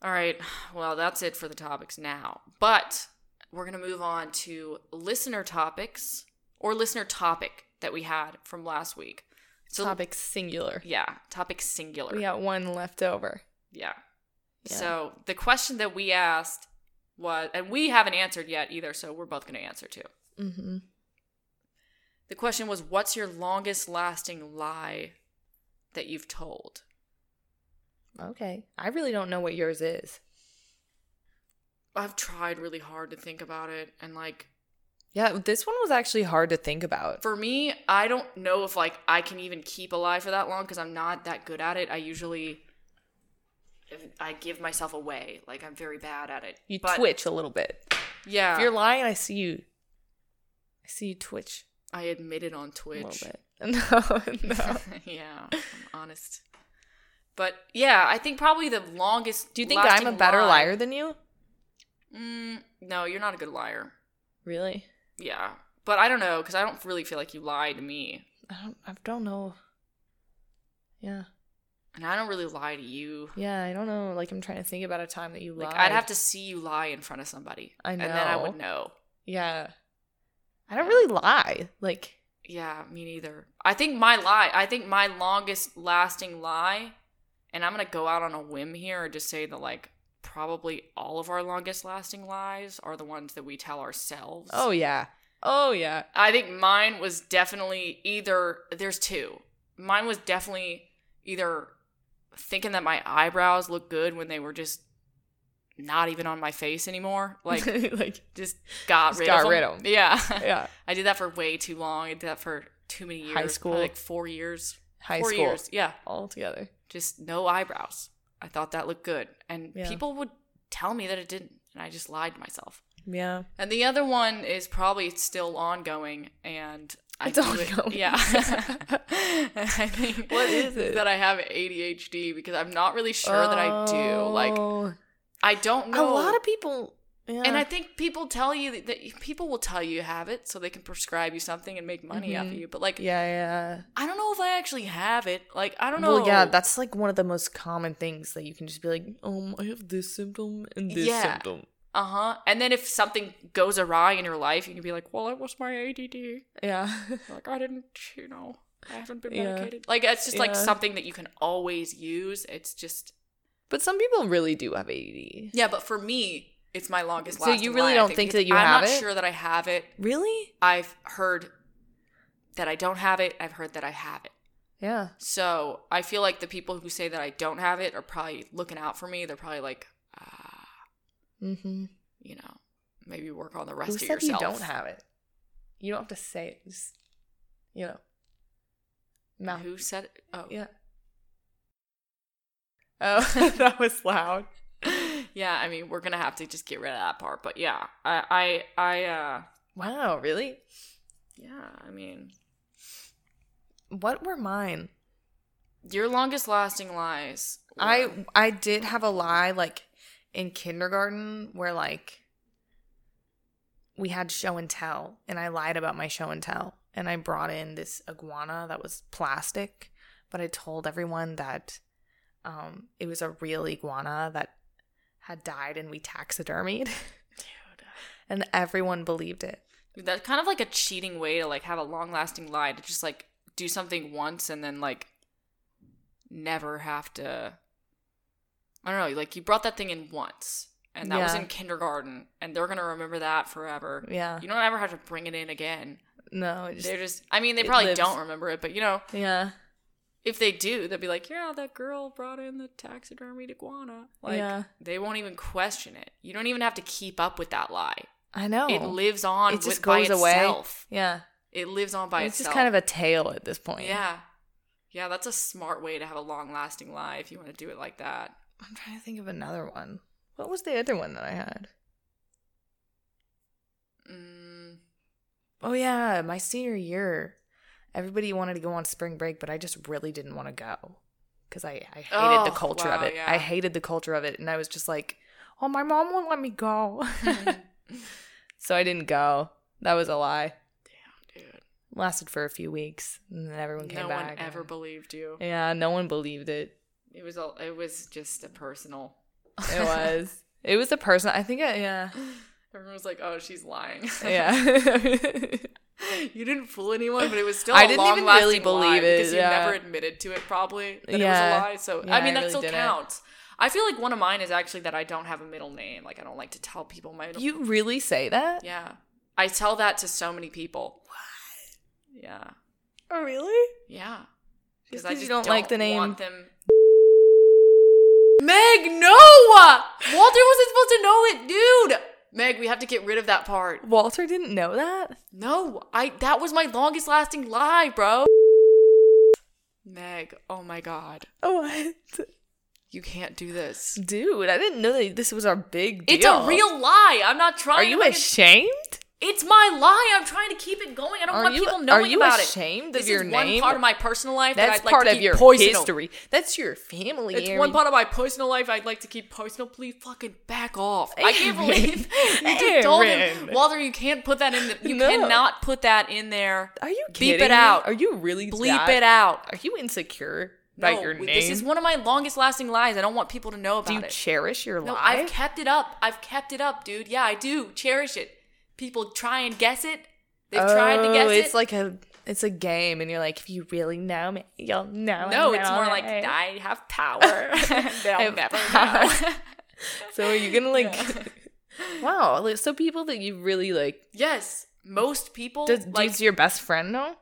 [SPEAKER 2] All right. Well, that's it for the topics now. But we're going to move on to listener topics or listener topic that we had from last week. So,
[SPEAKER 1] Topic singular.
[SPEAKER 2] yeah, topic singular.
[SPEAKER 1] We got one left over.
[SPEAKER 2] Yeah.
[SPEAKER 1] Yeah.
[SPEAKER 2] So, the question that we asked was, and we haven't answered yet either, so we're both going to answer too.
[SPEAKER 1] Mm-hmm.
[SPEAKER 2] The question was, what's your longest lasting lie that you've told?
[SPEAKER 1] Okay. I really don't know what yours is.
[SPEAKER 2] I've tried really hard to think about it and like
[SPEAKER 1] Yeah, this one was actually hard to think about.
[SPEAKER 2] For me, I don't know if like I can even keep a lie for that long because I'm not that good at it. I usually I give myself away. Like I'm very bad at it.
[SPEAKER 1] You
[SPEAKER 2] But-
[SPEAKER 1] twitch a little bit.
[SPEAKER 2] Yeah.
[SPEAKER 1] If you're lying, I see you. I see you twitch
[SPEAKER 2] I admit it on
[SPEAKER 1] a
[SPEAKER 2] Twitch.
[SPEAKER 1] little bit. No, no.
[SPEAKER 2] yeah. I'm honest. But yeah, I think probably the longest
[SPEAKER 1] Do you think I'm a better liar than you?
[SPEAKER 2] Mm, no, you're not a good liar.
[SPEAKER 1] Really?
[SPEAKER 2] Yeah. But I don't know because I don't really feel like you lie to me.
[SPEAKER 1] I don't. I don't know. Yeah.
[SPEAKER 2] And I don't really lie to you.
[SPEAKER 1] Yeah. I don't know. Like I'm trying to think about a time that you lied.
[SPEAKER 2] Like I'd have to see you lie in front of somebody.
[SPEAKER 1] I
[SPEAKER 2] And then I
[SPEAKER 1] know.
[SPEAKER 2] would know.
[SPEAKER 1] Yeah. I don't really lie. Like
[SPEAKER 2] Yeah, me neither. I think my lie, I think my longest lasting lie, and I'm going to go out on a whim here and just say that, like, probably all of our longest lasting lies are the ones that we tell ourselves.
[SPEAKER 1] Oh yeah. Oh yeah.
[SPEAKER 2] I think mine was definitely either, there's two. Mine was definitely either thinking that my eyebrows looked good when they were just not even on my face anymore. Like,
[SPEAKER 1] like
[SPEAKER 2] just got
[SPEAKER 1] Just
[SPEAKER 2] rid
[SPEAKER 1] got
[SPEAKER 2] of them.
[SPEAKER 1] rid of 'em.
[SPEAKER 2] Yeah.
[SPEAKER 1] yeah.
[SPEAKER 2] I did that for way too long. I did that for too many years.
[SPEAKER 1] High school?
[SPEAKER 2] probably like four years.
[SPEAKER 1] High
[SPEAKER 2] four
[SPEAKER 1] school.
[SPEAKER 2] years, yeah.
[SPEAKER 1] All together.
[SPEAKER 2] Just no eyebrows. I thought that looked good, and
[SPEAKER 1] Yeah.
[SPEAKER 2] people would tell me that it didn't, and I just lied to myself.
[SPEAKER 1] Yeah.
[SPEAKER 2] And the other one is probably still ongoing, and I
[SPEAKER 1] It's
[SPEAKER 2] do
[SPEAKER 1] ongoing.
[SPEAKER 2] It, yeah. I think
[SPEAKER 1] What is it?
[SPEAKER 2] that I have ADHD because I'm not really sure that I do. Like
[SPEAKER 1] Oh.
[SPEAKER 2] I don't know
[SPEAKER 1] a lot of people. Yeah.
[SPEAKER 2] and I think people tell you that- that people will tell you you have it so they can prescribe you something and make money off of
[SPEAKER 1] Mhm.
[SPEAKER 2] you. But like,
[SPEAKER 1] yeah, yeah.
[SPEAKER 2] I don't know if I actually have it. Like, I don't know.
[SPEAKER 1] Well, yeah, that's like one of the most common things that you can just be like, um, I have this symptom and this
[SPEAKER 2] Yeah.
[SPEAKER 1] symptom.
[SPEAKER 2] uh huh. And then if something goes awry in your life, you can be like, well, it was my ADD.
[SPEAKER 1] Yeah.
[SPEAKER 2] Like, I didn't, you know, I haven't been
[SPEAKER 1] Yeah.
[SPEAKER 2] medicated. Like, it's just like
[SPEAKER 1] Yeah.
[SPEAKER 2] something that you can always use. It's just
[SPEAKER 1] but some people really do have ADD.
[SPEAKER 2] yeah. But for me, it's my longest.
[SPEAKER 1] So you
[SPEAKER 2] lasting
[SPEAKER 1] really
[SPEAKER 2] lie, I
[SPEAKER 1] don't
[SPEAKER 2] think,
[SPEAKER 1] think
[SPEAKER 2] because
[SPEAKER 1] that you
[SPEAKER 2] I'm
[SPEAKER 1] have
[SPEAKER 2] not
[SPEAKER 1] it?
[SPEAKER 2] sure that I have it.
[SPEAKER 1] Really?
[SPEAKER 2] I've heard that I don't have it. I've heard that I have it.
[SPEAKER 1] Yeah.
[SPEAKER 2] So I feel like the people who say that I don't have it are probably looking out for me. They're probably like, ah,
[SPEAKER 3] Mm-hmm.
[SPEAKER 2] you know, maybe work on the
[SPEAKER 1] Who
[SPEAKER 2] rest of
[SPEAKER 1] said
[SPEAKER 2] yourself.
[SPEAKER 1] you don't have it? You don't have to say it. Just, you know, mouth.
[SPEAKER 2] Who said? Oh, yeah.
[SPEAKER 1] Yeah. Oh, that was loud.
[SPEAKER 2] I mean, we're gonna have to just get rid of that part. But yeah, I, I, I, uh,
[SPEAKER 1] Wow, really?
[SPEAKER 2] yeah. I mean,
[SPEAKER 1] What were mine?
[SPEAKER 2] your longest lasting lies. were-
[SPEAKER 1] I I did have a lie like in kindergarten where like we had show and tell and I lied about my show and tell and I brought in this iguana that was plastic but I told everyone that um it was a real iguana that had died and we taxidermied and everyone believed it.
[SPEAKER 2] Dude, that's kind of like a cheating way to like have a long lasting lie to just like do something once and then like never have to. I don't know. Like you brought that thing in once, and that was
[SPEAKER 1] Yeah.
[SPEAKER 2] in kindergarten, and they're gonna remember that forever.
[SPEAKER 1] Yeah.
[SPEAKER 2] You don't ever have to bring it in again.
[SPEAKER 1] No, it just,
[SPEAKER 2] They're just, I mean, they
[SPEAKER 1] it
[SPEAKER 2] probably
[SPEAKER 1] lives.
[SPEAKER 2] don't remember it, but you know,
[SPEAKER 1] yeah.
[SPEAKER 2] if they do, they'll be like, yeah, that girl brought in the taxidermied iguana. Like,
[SPEAKER 1] Yeah.
[SPEAKER 2] they won't even question it. You don't even have to keep up with that lie.
[SPEAKER 1] I know.
[SPEAKER 2] It lives on
[SPEAKER 1] It just
[SPEAKER 2] with, by
[SPEAKER 1] goes away.
[SPEAKER 2] itself.
[SPEAKER 1] yeah.
[SPEAKER 2] It lives on by
[SPEAKER 1] it's
[SPEAKER 2] itself.
[SPEAKER 1] just kind of a tale at this point.
[SPEAKER 2] Yeah. Yeah, that's a smart way to have a long lasting lie if you want to do it like that.
[SPEAKER 1] I'm trying to think of another one. What was the other one that I had?
[SPEAKER 2] Mm,
[SPEAKER 1] Oh yeah, my senior year. Everybody wanted to go on spring break, but I just really didn't want to go because I, I hated the
[SPEAKER 2] Oh,
[SPEAKER 1] culture of
[SPEAKER 2] wow,
[SPEAKER 1] it.
[SPEAKER 2] yeah.
[SPEAKER 1] I hated the culture of it, and I was just like, "Oh, my mom won't let me go," so I didn't go. That was a lie.
[SPEAKER 2] dude,
[SPEAKER 1] Lasted for a few weeks, and then everyone came
[SPEAKER 2] no
[SPEAKER 1] back.
[SPEAKER 2] one ever
[SPEAKER 1] and-
[SPEAKER 2] believed you.
[SPEAKER 1] yeah, no one believed it.
[SPEAKER 2] It was all. It was just a personal.
[SPEAKER 1] It was. it was the person. I think. I, yeah.
[SPEAKER 2] Everyone was like, "Oh, she's lying."
[SPEAKER 1] Yeah.
[SPEAKER 2] you didn't fool anyone, but it was still.
[SPEAKER 1] I
[SPEAKER 2] I
[SPEAKER 1] didn't
[SPEAKER 2] didn't long
[SPEAKER 1] even
[SPEAKER 2] really believe it because you
[SPEAKER 1] yeah.
[SPEAKER 2] never admitted to it. Probably that it
[SPEAKER 1] Yeah.
[SPEAKER 2] was a lie. So
[SPEAKER 1] Yeah,
[SPEAKER 2] I mean,
[SPEAKER 1] I
[SPEAKER 2] that
[SPEAKER 1] really
[SPEAKER 2] still
[SPEAKER 1] didn't.
[SPEAKER 2] counts. I feel like one of mine is actually that I don't have a middle name. Like I don't like to tell people my. Middle-
[SPEAKER 1] you really say that?
[SPEAKER 2] yeah, I tell that to so many people. What? Yeah,
[SPEAKER 1] Oh, really?
[SPEAKER 2] yeah.
[SPEAKER 1] Just 'cause you don't like the name-
[SPEAKER 2] Want them. Meg, no! Walter wasn't supposed to know it, dude. Meg, we have to get rid of that part.
[SPEAKER 1] Walter didn't know that?
[SPEAKER 2] No, I that was my longest lasting lie, bro. Meg, oh my god.
[SPEAKER 1] What?
[SPEAKER 2] You can't do this.
[SPEAKER 1] Dude, I didn't know that this was our big deal.
[SPEAKER 2] It's a real lie. I'm not trying
[SPEAKER 1] Are
[SPEAKER 2] to
[SPEAKER 1] you
[SPEAKER 2] make it-
[SPEAKER 1] ashamed?
[SPEAKER 2] It's my lie. I'm trying to keep it going. I don't
[SPEAKER 1] Are
[SPEAKER 2] want
[SPEAKER 1] you-
[SPEAKER 2] people
[SPEAKER 1] are
[SPEAKER 2] knowing
[SPEAKER 1] you
[SPEAKER 2] about
[SPEAKER 1] ashamed
[SPEAKER 2] it.
[SPEAKER 1] of
[SPEAKER 2] This
[SPEAKER 1] your
[SPEAKER 2] is
[SPEAKER 1] name?
[SPEAKER 2] one part of my personal life
[SPEAKER 1] That's
[SPEAKER 2] that I'd
[SPEAKER 1] part
[SPEAKER 2] like to
[SPEAKER 1] of
[SPEAKER 2] keep
[SPEAKER 1] your
[SPEAKER 2] poisonal.
[SPEAKER 1] history. That's your family.
[SPEAKER 2] It's
[SPEAKER 1] Aaron.
[SPEAKER 2] one part of my personal life I'd like to keep personal. Please fucking back off. I can't believe you just told him,
[SPEAKER 1] Aaron.
[SPEAKER 2] Walter, you can't put that in. The, you
[SPEAKER 1] No.
[SPEAKER 2] cannot put that in there.
[SPEAKER 1] Are you
[SPEAKER 2] Beep
[SPEAKER 1] kidding
[SPEAKER 2] it
[SPEAKER 1] me?
[SPEAKER 2] out.
[SPEAKER 1] Are you really
[SPEAKER 2] Bleep
[SPEAKER 1] that-
[SPEAKER 2] it out.
[SPEAKER 1] Are you insecure about
[SPEAKER 2] No,
[SPEAKER 1] your name?
[SPEAKER 2] This is one of my longest lasting lies. I don't want people to know about
[SPEAKER 1] Do you
[SPEAKER 2] it.
[SPEAKER 1] cherish your
[SPEAKER 2] no,
[SPEAKER 1] life?
[SPEAKER 2] I've kept it up. I've kept it up, dude. Yeah, I do cherish it. People try and guess it. They've tried to
[SPEAKER 1] Oh,
[SPEAKER 2] guess it.
[SPEAKER 1] It's like a it's a game, and you're like, if you really know me, you'll know.
[SPEAKER 2] no,
[SPEAKER 1] and
[SPEAKER 2] it's
[SPEAKER 1] I'll
[SPEAKER 2] more
[SPEAKER 1] know."
[SPEAKER 2] like I have power.
[SPEAKER 1] I
[SPEAKER 2] They'll
[SPEAKER 1] have
[SPEAKER 2] never
[SPEAKER 1] power.
[SPEAKER 2] know.
[SPEAKER 1] So are you gonna like? wow, like, so people that you really like.
[SPEAKER 2] yes, most people.
[SPEAKER 1] Does,
[SPEAKER 2] like,
[SPEAKER 1] does your best friend know?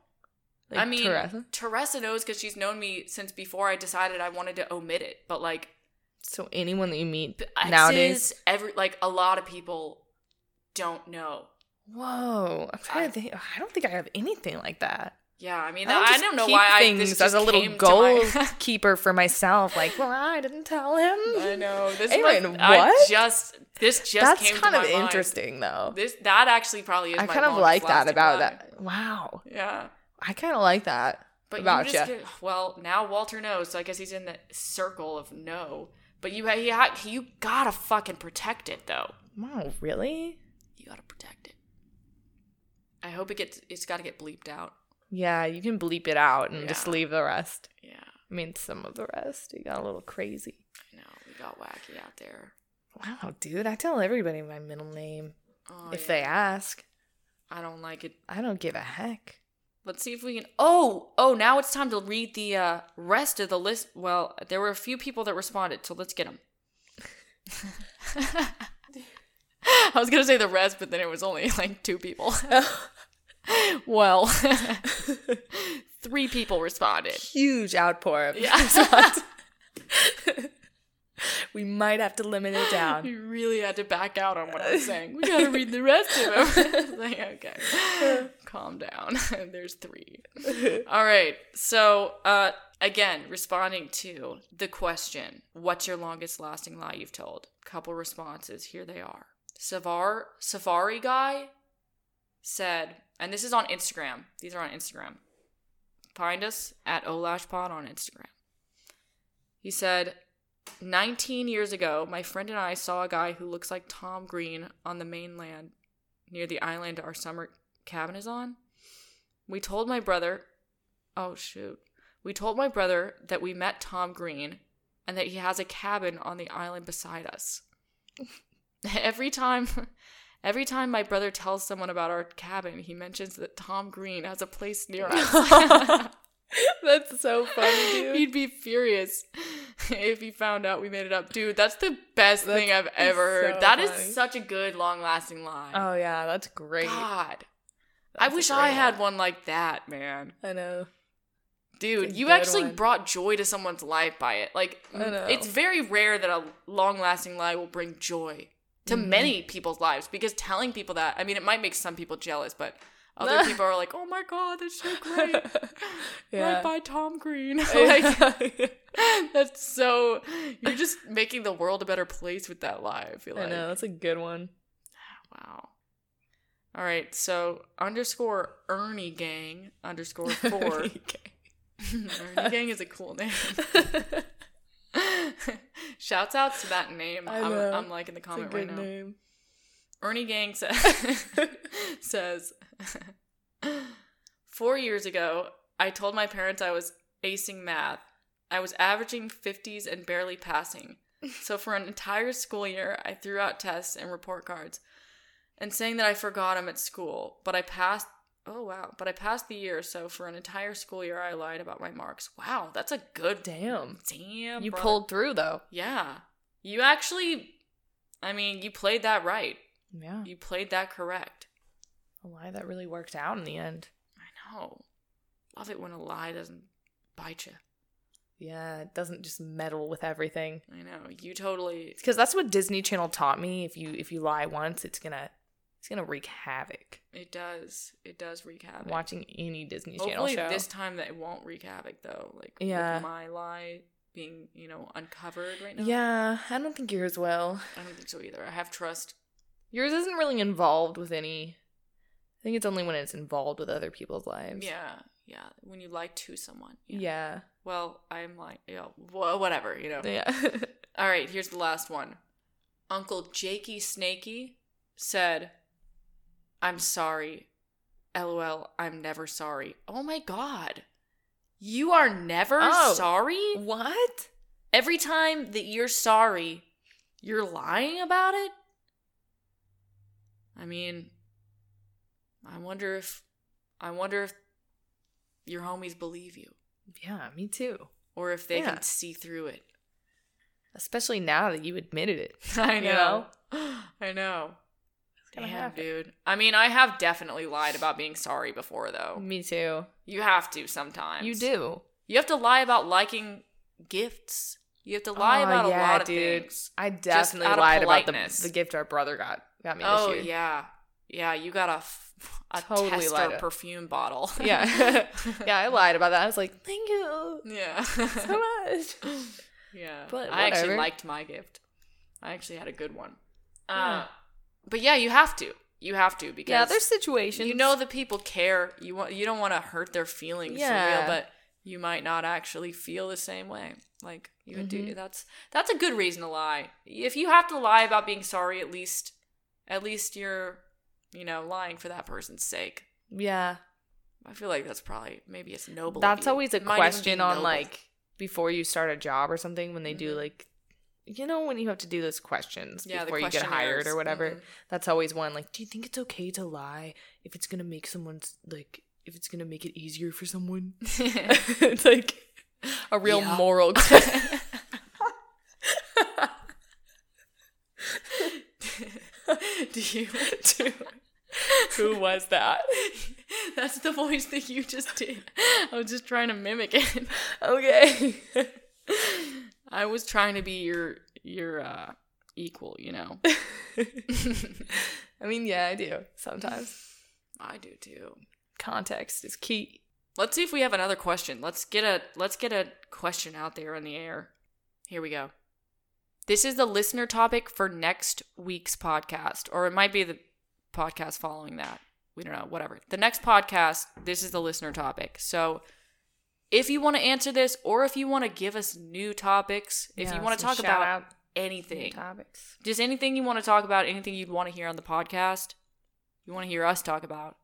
[SPEAKER 1] Like,
[SPEAKER 2] I mean,
[SPEAKER 1] Teresa?
[SPEAKER 2] Teresa, knows because she's known me since before I decided I wanted to omit it. But like
[SPEAKER 1] So anyone that you meet
[SPEAKER 2] exes,
[SPEAKER 1] nowadays.
[SPEAKER 2] every like a lot of people don't know.
[SPEAKER 1] Whoa, I'm trying
[SPEAKER 2] I-
[SPEAKER 1] to think. I don't think I have anything like that.
[SPEAKER 2] Yeah, I mean, I,
[SPEAKER 1] I don't, just
[SPEAKER 2] don't know
[SPEAKER 1] keep
[SPEAKER 2] why I
[SPEAKER 1] things
[SPEAKER 2] this just
[SPEAKER 1] as a little
[SPEAKER 2] came to my-
[SPEAKER 1] goalkeeper for myself. Like, well, I didn't tell him.
[SPEAKER 2] I know this.
[SPEAKER 1] Aaron,
[SPEAKER 2] was, I
[SPEAKER 1] what?
[SPEAKER 2] just this just
[SPEAKER 1] That's
[SPEAKER 2] came
[SPEAKER 1] kind
[SPEAKER 2] to
[SPEAKER 1] of
[SPEAKER 2] my mind.
[SPEAKER 1] interesting, though.
[SPEAKER 2] This that actually probably is.
[SPEAKER 1] I
[SPEAKER 2] my
[SPEAKER 1] kind of
[SPEAKER 2] longest
[SPEAKER 1] like that
[SPEAKER 2] lasting
[SPEAKER 1] about
[SPEAKER 2] lie.
[SPEAKER 1] that. Wow,
[SPEAKER 2] Yeah,
[SPEAKER 1] I kind of like that
[SPEAKER 2] but
[SPEAKER 1] about
[SPEAKER 2] you
[SPEAKER 1] you.
[SPEAKER 2] just get- well now Walter knows, so I guess he's in the circle of no. But you you, ha- you gotta fucking protect it though.
[SPEAKER 1] Wow, really?
[SPEAKER 2] You gotta protect it. I hope it gets. It's gotta get bleeped out.
[SPEAKER 1] Yeah, you can bleep it out and just
[SPEAKER 2] Yeah.
[SPEAKER 1] leave the rest.
[SPEAKER 2] Yeah,
[SPEAKER 1] I mean, some of the rest. You got a little crazy.
[SPEAKER 2] I know we got wacky out there.
[SPEAKER 1] Wow, dude, I tell everybody my middle name
[SPEAKER 2] Oh,
[SPEAKER 1] if
[SPEAKER 2] yeah.
[SPEAKER 1] they ask.
[SPEAKER 2] I don't like it.
[SPEAKER 1] I don't give a heck.
[SPEAKER 2] Let's see if we can. Oh, oh, now it's time to read the uh, rest of the list. Well, there were a few people that responded, so let's get them. I was going to say the rest, but then it was only like two people. well, three people responded.
[SPEAKER 1] Huge outpour. Of
[SPEAKER 2] Yeah.
[SPEAKER 1] response. We might have to limit it down.
[SPEAKER 2] You really had to back out on what I was saying. We gotta read the rest of them. like, okay, calm down. There's three. All right. So, uh, again, responding to the question, "What's your longest lasting lie you've told?" Couple responses. Here they are. Savar Safari guy said, and this is on Instagram. These are on Instagram. Find us at Olashpod on Instagram. He said, 19 years ago, my friend and I saw a guy who looks like Tom Green on the mainland near the island our summer cabin is on. We told my brother, oh shoot. We told my brother that we met Tom Green and that he has a cabin on the island beside us. every time every time my brother tells someone about our cabin, he mentions that Tom Green has a place near us.
[SPEAKER 1] That's so funny, dude.
[SPEAKER 2] He'd be furious if he found out we made it up. Dude, that's the best thing I've ever
[SPEAKER 1] so
[SPEAKER 2] heard. That is
[SPEAKER 1] funny.
[SPEAKER 2] such a good, long lasting line.
[SPEAKER 1] Oh yeah, that's great.
[SPEAKER 2] God.
[SPEAKER 1] That's
[SPEAKER 2] I
[SPEAKER 1] a
[SPEAKER 2] wish
[SPEAKER 1] great
[SPEAKER 2] I had
[SPEAKER 1] one.
[SPEAKER 2] one like that, man.
[SPEAKER 1] I know.
[SPEAKER 2] Dude,
[SPEAKER 1] It's a
[SPEAKER 2] you
[SPEAKER 1] good
[SPEAKER 2] actually
[SPEAKER 1] one.
[SPEAKER 2] brought joy to someone's life by it. Like,
[SPEAKER 1] I know.
[SPEAKER 2] it's very rare that a long lasting lie will bring joy to
[SPEAKER 1] Mhm.
[SPEAKER 2] many people's lives because telling people that, I mean, it might make some people jealous, but other people are like, oh my God, that's so great.
[SPEAKER 1] Yeah.
[SPEAKER 2] Right by Tom Green. like, That's so. You're just making the world a better place with that lie. I feel like.
[SPEAKER 1] I know. That's a good one.
[SPEAKER 2] Wow. All right. So underscore Ernie Gang underscore four. Ernie Gang is a cool name. Shouts out to that name.
[SPEAKER 1] I
[SPEAKER 2] I am
[SPEAKER 1] know.
[SPEAKER 2] I'm liking the
[SPEAKER 1] That's a
[SPEAKER 2] comment right
[SPEAKER 1] good
[SPEAKER 2] now.
[SPEAKER 1] name.
[SPEAKER 2] Ernie Gang says, says Four years ago, I told my parents I was acing math. I was averaging 50s and barely passing. So for an entire school year, I threw out tests and report cards and saying that I forgot them at school, but I passed. Oh, wow. But I passed the year, so for an entire school year, I lied about my marks. Wow, that's a good.
[SPEAKER 1] Damn.
[SPEAKER 2] Damn.
[SPEAKER 1] You
[SPEAKER 2] brother.
[SPEAKER 1] pulled through though.
[SPEAKER 2] Yeah. You actually. I mean, you played that right.
[SPEAKER 1] Yeah.
[SPEAKER 2] You played that correct.
[SPEAKER 1] A lie that really worked out in the end.
[SPEAKER 2] I know. Love it when a lie doesn't bite you.
[SPEAKER 1] Yeah, it doesn't just meddle with everything.
[SPEAKER 2] I know. You totally.
[SPEAKER 1] Because that's what Disney Channel taught me. If you if you lie once, it's gonna it's gonna wreak havoc.
[SPEAKER 2] It does. It does wreak havoc.
[SPEAKER 1] Watching any Disney Channel
[SPEAKER 2] Hopefully
[SPEAKER 1] show.
[SPEAKER 2] this time that it won't wreak havoc though. Like
[SPEAKER 1] Yeah.
[SPEAKER 2] with my lie being you know uncovered right now.
[SPEAKER 1] yeah, I don't think yours will.
[SPEAKER 2] I don't think so either. I have trust.
[SPEAKER 1] Yours isn't really involved with any. I think it's only when it's involved with other people's lives.
[SPEAKER 2] Yeah. Yeah. When you lie to someone.
[SPEAKER 1] Yeah.
[SPEAKER 2] Well, I'm like yeah. Well, whatever. You know.
[SPEAKER 1] Yeah.
[SPEAKER 2] All right, here's the last one. Uncle Jakey Snakey said, I'm sorry. LOL, I'm never sorry. Oh my god. You are never
[SPEAKER 1] Oh.
[SPEAKER 2] sorry?
[SPEAKER 1] what?
[SPEAKER 2] Every time that you're sorry, you're lying about it? I mean, I wonder if I wonder if your homies believe you
[SPEAKER 1] Yeah, me too.
[SPEAKER 2] or if they
[SPEAKER 1] Yeah.
[SPEAKER 2] can see through it.
[SPEAKER 1] Especially now that you admitted it.
[SPEAKER 2] I
[SPEAKER 1] You
[SPEAKER 2] know. I know.
[SPEAKER 1] gonna
[SPEAKER 2] Damn,
[SPEAKER 1] happen.
[SPEAKER 2] dude. I mean, I have definitely lied about being sorry before, though.
[SPEAKER 1] Me too.
[SPEAKER 2] You have to sometimes.
[SPEAKER 1] Mm. You do.
[SPEAKER 2] You have to lie about liking gifts. You have to lie
[SPEAKER 1] Oh,
[SPEAKER 2] about a
[SPEAKER 1] yeah,
[SPEAKER 2] lot of
[SPEAKER 1] dude.
[SPEAKER 2] things.
[SPEAKER 1] I
[SPEAKER 2] Just
[SPEAKER 1] definitely
[SPEAKER 2] out of
[SPEAKER 1] lied about the,
[SPEAKER 2] politeness.
[SPEAKER 1] the gift our brother got got me
[SPEAKER 2] Oh
[SPEAKER 1] this year.
[SPEAKER 2] yeah, yeah. You got a f- a
[SPEAKER 1] Totally
[SPEAKER 2] tester
[SPEAKER 1] lied up.
[SPEAKER 2] perfume bottle.
[SPEAKER 1] Yeah. Yeah, I lied about that. I was like, "Thank you
[SPEAKER 2] yeah.
[SPEAKER 1] so much."
[SPEAKER 2] Yeah.
[SPEAKER 1] But
[SPEAKER 2] I actually
[SPEAKER 1] whatever.
[SPEAKER 2] liked my gift. I actually had a good one. Uh,
[SPEAKER 1] Yeah.
[SPEAKER 2] but yeah, you have to. You have to because
[SPEAKER 1] yeah, there's situations.
[SPEAKER 2] you know the people care. You want you don't want to hurt their feelings for
[SPEAKER 1] Yeah.
[SPEAKER 2] real, but you might not actually feel the same way. Like you would do
[SPEAKER 1] Mhm.
[SPEAKER 2] that's that's a good reason to lie. If you have to lie about being sorry, at least at least you're you know lying for that person's sake.
[SPEAKER 1] yeah,
[SPEAKER 2] I feel like that's probably maybe it's noble. of
[SPEAKER 1] that's
[SPEAKER 2] you.
[SPEAKER 1] always a
[SPEAKER 2] It might even be
[SPEAKER 1] question on
[SPEAKER 2] noble.
[SPEAKER 1] like before you start a job or something when they do
[SPEAKER 2] Mhm.
[SPEAKER 1] like you know when you have to do those questions
[SPEAKER 2] yeah, the
[SPEAKER 1] before you get hired
[SPEAKER 2] questionnaires.
[SPEAKER 1] or whatever.
[SPEAKER 2] Mhm.
[SPEAKER 1] That's always one like, "Do you think it's okay to lie if it's going to make someone's like if it's going to make it easier for someone?"
[SPEAKER 2] Mm-hmm.
[SPEAKER 1] it's like a real
[SPEAKER 2] Yeah.
[SPEAKER 1] moral question.
[SPEAKER 2] do you
[SPEAKER 1] Who was that?
[SPEAKER 2] That's the voice that you just did. I was just trying to mimic it.
[SPEAKER 1] Okay.
[SPEAKER 2] I was trying to be your you're uh equal, you know.
[SPEAKER 3] I mean, yeah, I do sometimes.
[SPEAKER 2] I do too.
[SPEAKER 3] Context is key.
[SPEAKER 2] Let's see if we have another question. Let's get a let's get a question out there in the air. Here we go. This is the listener topic for next week's podcast, or it might be the podcast following that. We don't know, whatever. The next podcast, this is the listener topic. So if you want to answer this or if you want to give us new topics, if you
[SPEAKER 3] Yeah,
[SPEAKER 2] want to
[SPEAKER 3] some
[SPEAKER 2] talk
[SPEAKER 3] shout
[SPEAKER 2] about
[SPEAKER 3] out
[SPEAKER 2] anything,
[SPEAKER 3] topics.
[SPEAKER 2] just anything you want to talk about, anything you'd want to hear on the podcast, you want to hear us talk about,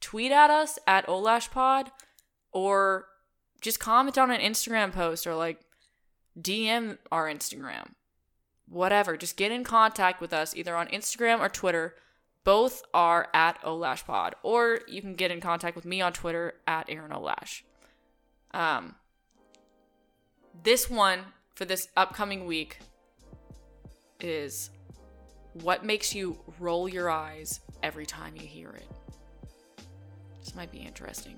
[SPEAKER 2] tweet at us at olashpod or just comment on an Instagram post or like DM our Instagram. Whatever. Just get in contact with us either on Instagram or Twitter. Both are at olashpod or you can get in contact with me on Twitter at Aaron Olash. Um, this one for this upcoming week is what makes you roll your eyes every time you hear it. This might be interesting.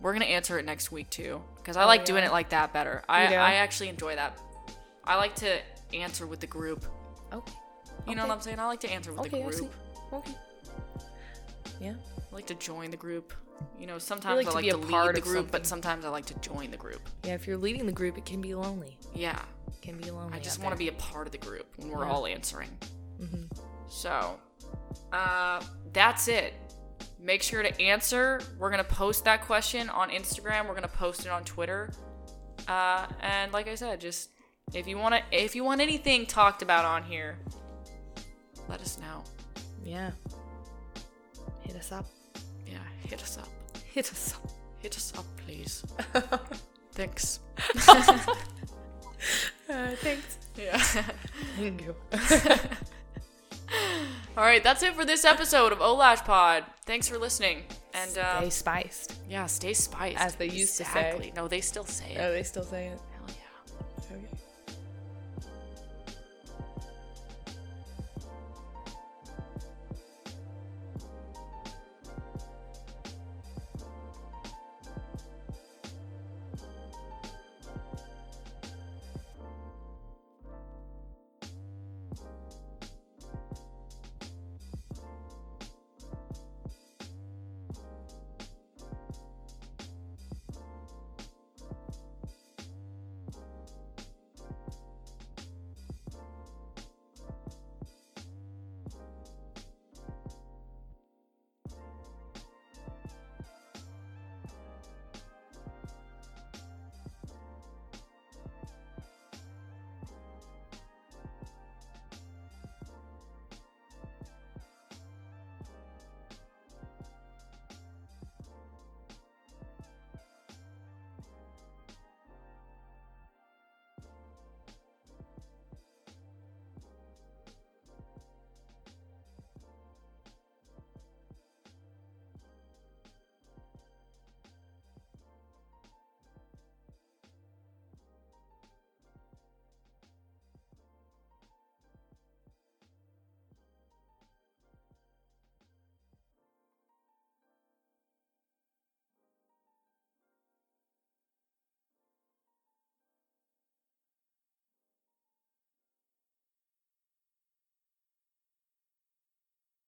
[SPEAKER 2] We're gonna answer it next week too, because I like doing it like that better. I,
[SPEAKER 3] Yeah.
[SPEAKER 2] I actually enjoy that. I like to answer with the group.
[SPEAKER 1] Oh.
[SPEAKER 3] Okay.
[SPEAKER 2] You know what I'm saying? I like to answer with
[SPEAKER 3] Okay, I
[SPEAKER 2] the
[SPEAKER 3] see.
[SPEAKER 2] group.
[SPEAKER 3] Okay. Yeah.
[SPEAKER 2] I like to join the group. You know, sometimes
[SPEAKER 3] like
[SPEAKER 2] I
[SPEAKER 3] to
[SPEAKER 2] like
[SPEAKER 3] be
[SPEAKER 2] to,
[SPEAKER 3] a part
[SPEAKER 2] lead the
[SPEAKER 3] of
[SPEAKER 2] group,
[SPEAKER 3] something.
[SPEAKER 2] but sometimes I like to join the group.
[SPEAKER 3] Yeah, if you're leading the group, it can be lonely.
[SPEAKER 2] Yeah,
[SPEAKER 3] It can be lonely.
[SPEAKER 2] I just
[SPEAKER 3] out
[SPEAKER 2] want to
[SPEAKER 3] there.
[SPEAKER 2] be a part of the group when we're all answering.
[SPEAKER 3] Mm-hmm.
[SPEAKER 2] So, uh, that's it. Make sure to answer. We're gonna post that question on Instagram. We're gonna post it on Twitter. Uh, and like I said, just if you want to, if you want anything talked about on here, let us know.
[SPEAKER 3] Yeah. Hit us up.
[SPEAKER 2] Yeah, hit us up.
[SPEAKER 3] Hit us up.
[SPEAKER 2] Hit us up, please. Thanks.
[SPEAKER 3] Uh, thanks.
[SPEAKER 2] Yeah.
[SPEAKER 3] Thank you.
[SPEAKER 2] All right, that's it for this episode of Olash Pod. Thanks for listening. And um,
[SPEAKER 3] Stay spiced.
[SPEAKER 2] Yeah, stay spiced.
[SPEAKER 3] As they used to say.
[SPEAKER 2] exactly. No, they still say it.
[SPEAKER 3] Oh, they still say it.